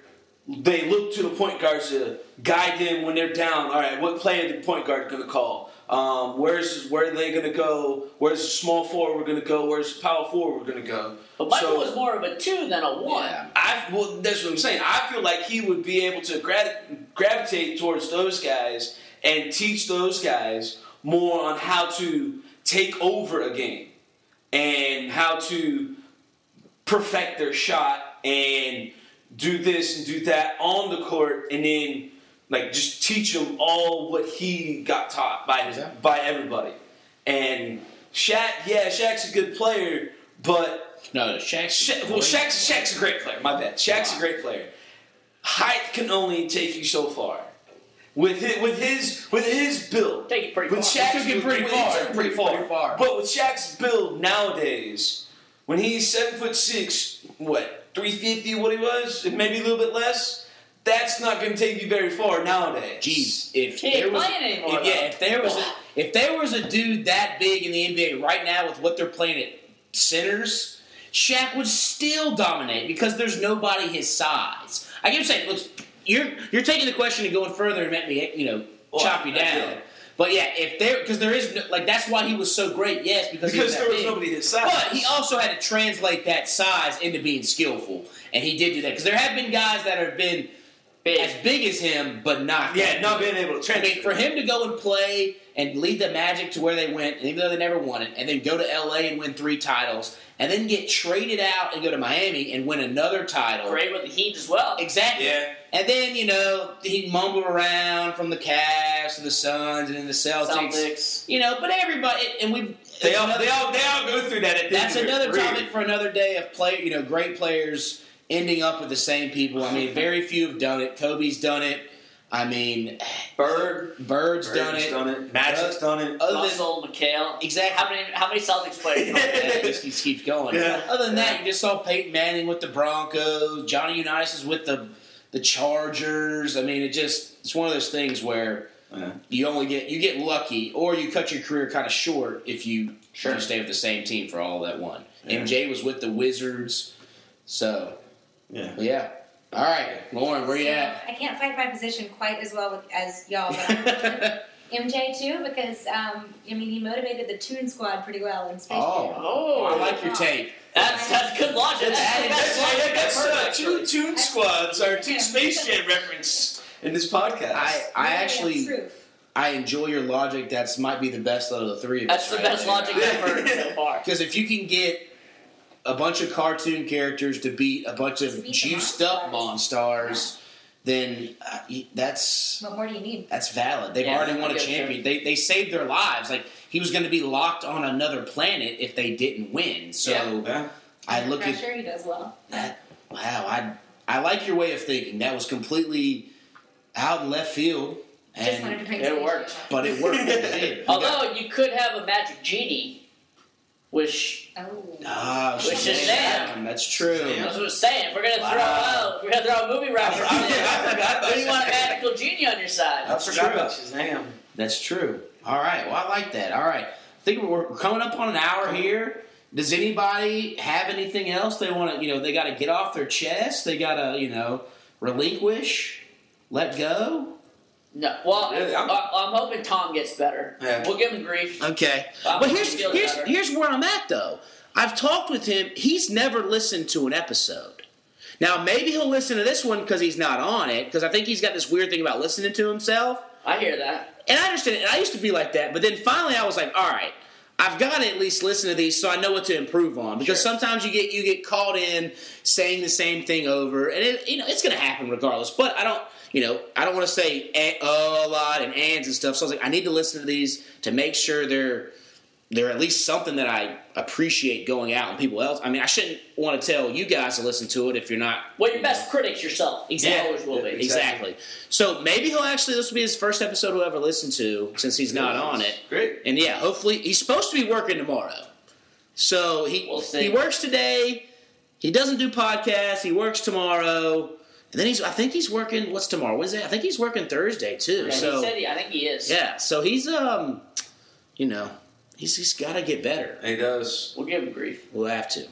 they look to the point guards to guide them when they're down. All right, what play are the point guard going to call? Um, where's where are they going to go? Where's the small forward going to go? Where's the power forward going to go? But Michael So- was more of a two than a one. Yeah. I well, that's what I'm saying. I feel like he would be able to gra- gravitate towards those guys and teach those guys more on how to take over a game and how to perfect their shot and do this and do that on the court and then like just teach them all what he got taught by Exactly. by everybody. And Shaq, yeah, Shaq's a good player, but No, no, Shaq's Sha- well, Shaq's, Shaq's a great player. My bad. Shaq's a great player. Height can only take you so far. With his, with his with his build, Take it pretty with far. Shaq's It took him pretty with- far. it took pretty Pretty far. far. But with Shaq's build nowadays, when he's seven foot six, what three fifty? What he was, maybe a little bit less. That's not going to take you very far nowadays. Jeez, if He there ain't was, playing anymore. if- yeah, if there was, a, if there was a dude that big in the NBA right now with what they're playing at centers, Shaq would still dominate because there's nobody his size. I get what you're saying. Look, you're you're taking the question and going further and make me, you know, Well, chop you I- I down. get it. But yeah, if there, because there is no, like that's why he was so great. Yes, because he because that there was big. nobody his size. But he also had to translate that size into being skillful, and he did do that because there have been guys that have been Big. as big as him, but not yeah, that not being able to I transfer mean, for him to go and play and lead the Magic to where they went, and even though they never won it, and then go to LA and win three titles, and then get traded out and go to Miami and win another title. Great with the Heat as well. Exactly. Yeah. And then, you know, he mumbled around from the Cavs to the Suns and then the Celtics. Celtics. You know, but everybody, and we. They all, they all they all go through that. At the That's end of their another career. topic for another day of player, you know, great players ending up with the same people. I mean, very few have done it. Kobe's done it. I mean, Bird, Bird's, Bird's done it. done it. Magic's done it. Other than Russell, McHale. exactly, How many how many Celtics players? are on it that? just keeps, keeps going. Yeah. Other than that, you just saw Peyton Manning with the Broncos. Johnny Unitas is with the the Chargers. I mean, it just it's one of those things where Yeah. you only get you get lucky, or you cut your career kind of short if you, Sure. you stay with the same team for all that one. Yeah. MJ was with the Wizards, so Yeah. yeah. All right, Lauren, where you at? I can't fight my position quite as well with, as y'all, but I'm oh, MJ too because um, I mean he motivated the Toon Squad pretty well in Space Jam. Oh, I like your take. That's that's good logic. That's- That's the that's- best logic that's I've heard, uh, two actually. Toon Squads, our two Space Jam reference in this podcast. I, I Really actually improved. I enjoy your logic. That's might be the best out of the three of That's us the right best there. logic I've heard so far. Because if you can get a bunch of cartoon characters to beat a bunch To of beat the juiced up Monstars. monstars, then uh, y- that's What more do you need? that's valid. They've Yeah, already won I a get it, champion. They they saved their lives. Like he was going to be locked on another planet if they didn't win. So Yeah. Yeah. I look I'm at sure he does well. that. Wow, I I like your way of thinking. That was completely out in left field, Just wanted to and bring it some worked. issue up. but it worked. It did. You got- Although you could have a magic genie, which Oh. Ah, Which shazam. is them. That's true. that's what I was saying. If we're gonna throw Wow. out, if we're gonna throw a movie reference. I forgot about then you want a Shazam. magical genie on your side. That's I forgot true. about Shazam. That's true. All right. Well, I like that. All right. I think we're we're coming up on an hour here. Does anybody have anything else they want to? You know, they got to get off their chest. They got to, you know, relinquish, let go. No, well, Really, I'm, I'm- I'm hoping Tom gets better. Yeah. We'll give him grief. Uh, Okay. I'm But hoping here's he feels here's better. here's where I'm at though. I've talked with him. He's never listened to an episode. Now maybe he'll listen to this one because he's not on it. Because I think he's got this weird thing about listening to himself. I hear that. And I understand. And I used to be like that, but then finally I was like, all right, I've got to at least listen to these so I know what to improve on. Because Sure. sometimes you get you get caught in saying the same thing over, and it, you know it's going to happen regardless. But I don't. You know, I don't want to say a, a lot and ands and stuff. So I was like, I need to listen to these to make sure they're they're at least something that I appreciate going out and people else. I mean, I shouldn't want to tell you guys to listen to it if you're not Well, your best critic's yourself. Exactly. You always will be. Exactly. So maybe he'll actually this will be his first episode he'll ever listen to since he's not on it. Great. And yeah, hopefully he's supposed to be working tomorrow. So he We'll see. he works today. He doesn't do podcasts. He works tomorrow. And then he's I think he's working what's tomorrow? Wednesday? I think he's working Thursday too. Yeah, so he said he, I think he is. yeah, so he's um you know, he's he's got to get better. He does. We'll give him grief. We'll have to.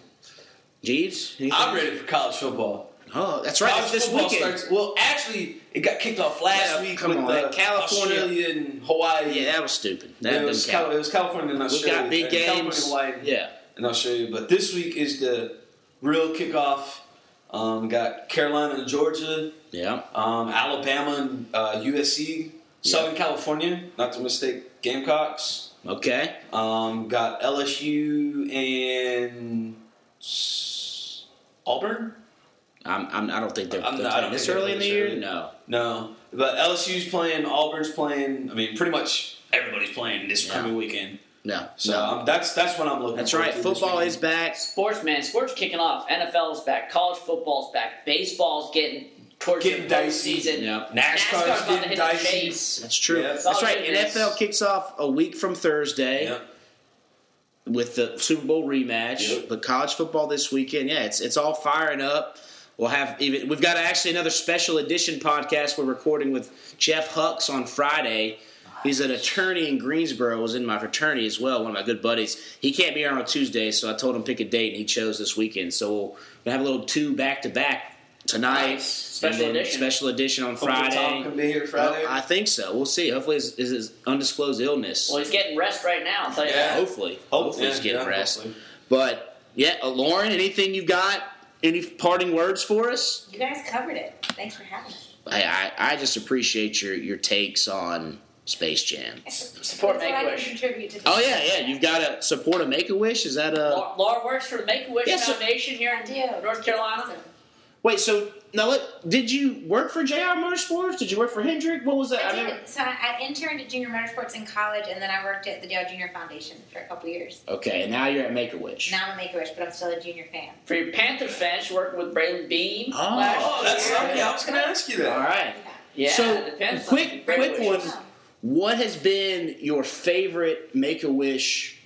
Jeeves? anything? I'm ready for college football. Oh, that's right. College It's this football weekend. starts- well, actually, it got kicked off last Yeah, week come with on. the That California- Australia and Hawaii. Yeah, that was stupid. That it, doesn't was count. Cal- it was California and We've Australia. got big and games. California, Hawaii, Yeah. and Australia. But this week is the real kickoff. Um, got Carolina and Georgia, Yeah. um, Alabama and uh, USC, Southern California, not to mistake Gamecocks. Okay. Um, got LSU and s- Auburn. I'm, I'm, I don't think they're, I'm they're not- I playing don't this think early they're in the playing year. this early. No. No, but LSU's playing. Auburn's playing. I mean, pretty much everybody's playing this Yeah. coming weekend. No. So no. um, that's that's what I'm looking. That's forward right. to this Football weekend. is back. Sports, man. Sports kicking off. NFL's back. College football's back. Baseball's getting towards Getting the dicey. season. Yeah. NASCAR's, NASCAR's about to getting hit the dicey. chase. That's true. Yeah. That's right. Solid news. NFL kicks off a week from Thursday Yep. with the Super Bowl rematch. Yep. But college football this weekend, yeah, it's it's all firing up. We'll have even we've got actually another special edition podcast we're recording with Jeff Hucks on Friday. He's an attorney in Greensboro, was in my fraternity as well, one of my good buddies. He can't be here on a Tuesday, so I told him pick a date and he chose this weekend. So we'll, we'll have a little two back to back tonight. Nice. Special and then edition. Special edition on Hopefully Tom Friday. can be here Friday. Well, I think so. We'll see. Hopefully it's, it's his undisclosed illness. Well, he's getting rest right now. I'll tell you Yeah. that. Hopefully. Hopefully he's Yeah, getting yeah, rest. hopefully. But yeah, uh, Lauren, anything you got? Any parting words for us? You guys covered it. Thanks for having us. I, I, I just appreciate your, your takes on Space Jam. Support That's what I can Make-A-Wish. contribute to. Oh yeah, yeah. You've got to support a Make a Wish. Is that a Laura, Uh, Laura works for the Make-A-Wish Yes, sir. Foundation here I in do. North Carolina. Awesome. wait? So now, look, did you work for JR Motorsports? Did you work for Hendrick? What was that? I never- did. So I, I interned at Junior Motorsports in college, and then I worked at the Dale Junior Foundation for a couple years. Okay, and now you're at Make a Wish. Now I'm a Make a Wish, but I'm still a junior fan. For your Panther fans, she's working with Braylon Beam. Oh. last Oh, that's year. okay. I was going to ask you that. All right. Yeah. Yeah, So, it depends on quick- Braylon quick Wish. one. Oh. What has been your favorite Make a Wish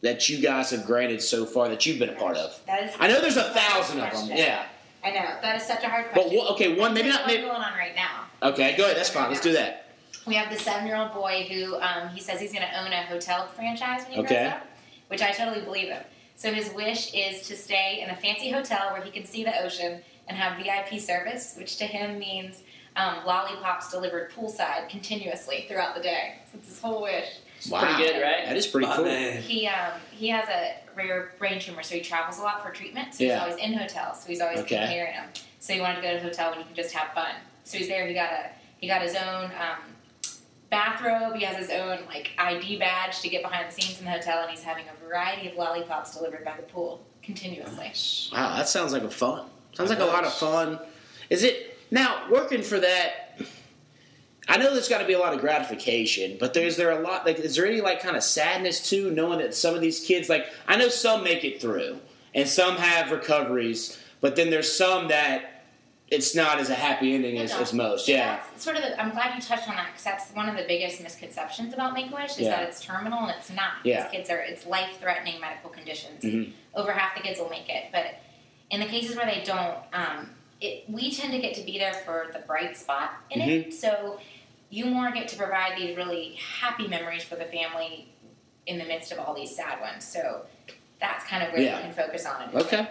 that you guys have granted so far that you've been a part of? That is. I know there's a That's a thousand of them. question. Yeah. I know that is such a hard But question. wha- okay, one maybe There's not. one Maybe, going on right now. okay, go ahead. That's fine. Let's do that. We have the seven-year-old boy who um, he says he's going to own a hotel franchise when he Okay. grows up, which I totally believe him. So his wish is to stay in a fancy hotel where he can see the ocean and have VIP service, which to him means um, lollipops delivered poolside continuously throughout the day. So it's his whole wish. pretty good, right? That is pretty My cool. man. He um, he has a rare brain tumor, so he travels a lot for treatment. So Yeah. he's always in hotels, so he's always Okay. in here. um, So he wanted to go to a hotel when he could just have fun. So he's there. He got a he got his own um, bathrobe. He has his own like ID badge to get behind the scenes in the hotel, and he's having a variety of lollipops delivered by the pool continuously. Wow, that sounds like a fun. Sounds like a lot of fun. Is it now working for that? I know there's got to be a lot of gratification, but there's there a lot like is there any like kind of sadness too, knowing that some of these kids like I know some make it through and some have recoveries, but then there's some that it's not as a happy ending as, as most. Yeah, That's sort of. The, I'm glad you touched on that because that's one of the biggest misconceptions about Make a Wish is Yeah. that it's terminal and it's not. These Yeah. kids are. It's life threatening medical conditions. Mhm. Over half the kids will make it, but in the cases where they don't, um, it, we tend to get to be there for the bright spot in Mm-hmm. it. So you more get to provide these really happy memories for the family in the midst of all these sad ones. So that's kind of where Yeah. you can focus on it. Okay.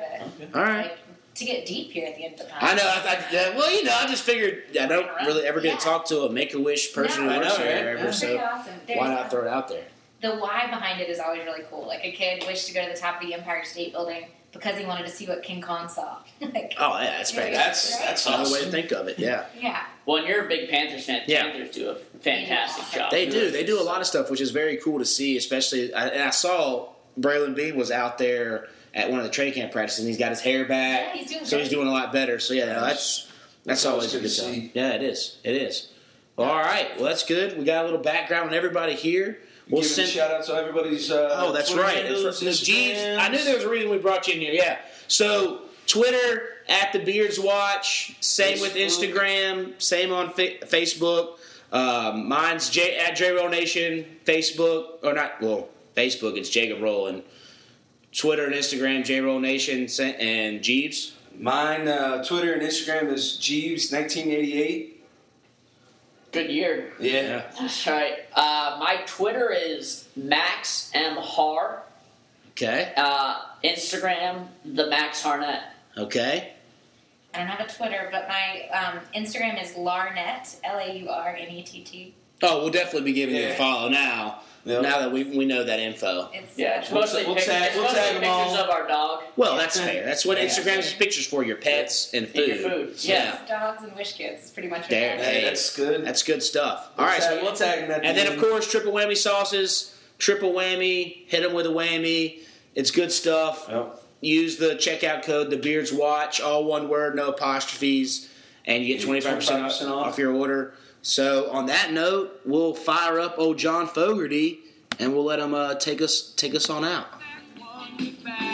All right. Like, to get deep here at the end of the podcast. I know. I, I, yeah, well, you know, I just figured I don't really ever get Yeah. to talk to a Make a Wish person No. who I works know, here right? ever, Yeah. pretty so awesome. There's why not throw it out there? the why behind it is always really cool. Like a kid wished to go to the top of the Empire State Building because he wanted to see what King Kong saw. like, Oh, yeah, that's Yeah, fantastic. That's that's Another way to awesome. think of it. Yeah, yeah, Well, and you're a big Panthers fan. Yeah. Panthers do a fantastic Yeah. job. they do. They do a lot of stuff, which is very cool to see. Especially, I, and I saw Braylon Bean was out there at one of the training camp practices, and he's got his hair back. Yeah, he's doing so he's great. doing a lot better. So yeah, no, that's that's That's always a good to good sign. see. Yeah, it is. It is. Well, all right. Well, that's good. We got a little background on everybody here. We'll Giving send. a shout out to everybody's. Uh, Oh, that's Twitter right. handles, That's right. Jeeves, Instagrams. I knew there was a reason we brought you in here. Yeah. So Twitter at the Beards Watch. Same with Facebook. Instagram. Same on fa- Facebook. Um, mine's J at J Roll Nation. Facebook or not? Well, Facebook it's Jacob Roll and Twitter and Instagram J Roll Nation sa- and Jeeves. Mine uh, Twitter and Instagram is Jeeves1988. Good year. Yeah. That's right. Uh, my Twitter is Max M Har. Okay. Uh, Instagram the Max Harnett. Okay. I don't have a Twitter, but my um, Instagram is Larnett, L A U R N E T T. Oh, we'll definitely be giving you a Yeah. follow now. Yeah. Now that we we know that info. It's Yeah, uh, it's mostly We'll pictures, tag- it's we'll mostly tag 'em all. pictures of our dog Well, that's fair. That's what Yeah. Instagram's pictures for your pets and food. and your food. Yeah. dogs and wish kids. It's pretty much what There. that is. Hey, that's good. That's good stuff. We'll All right, tag, so- we'll tag him at the and then end. of course triple whammy sauces, triple whammy, hit them with a whammy. It's good stuff. Yep. Use the checkout code the Beards Watch, all one word, no apostrophes, and you get twenty five percent 25% off off. off your order. So on that note, we'll fire up old John Fogerty and we'll let him uh, take us take us on out. back, one back.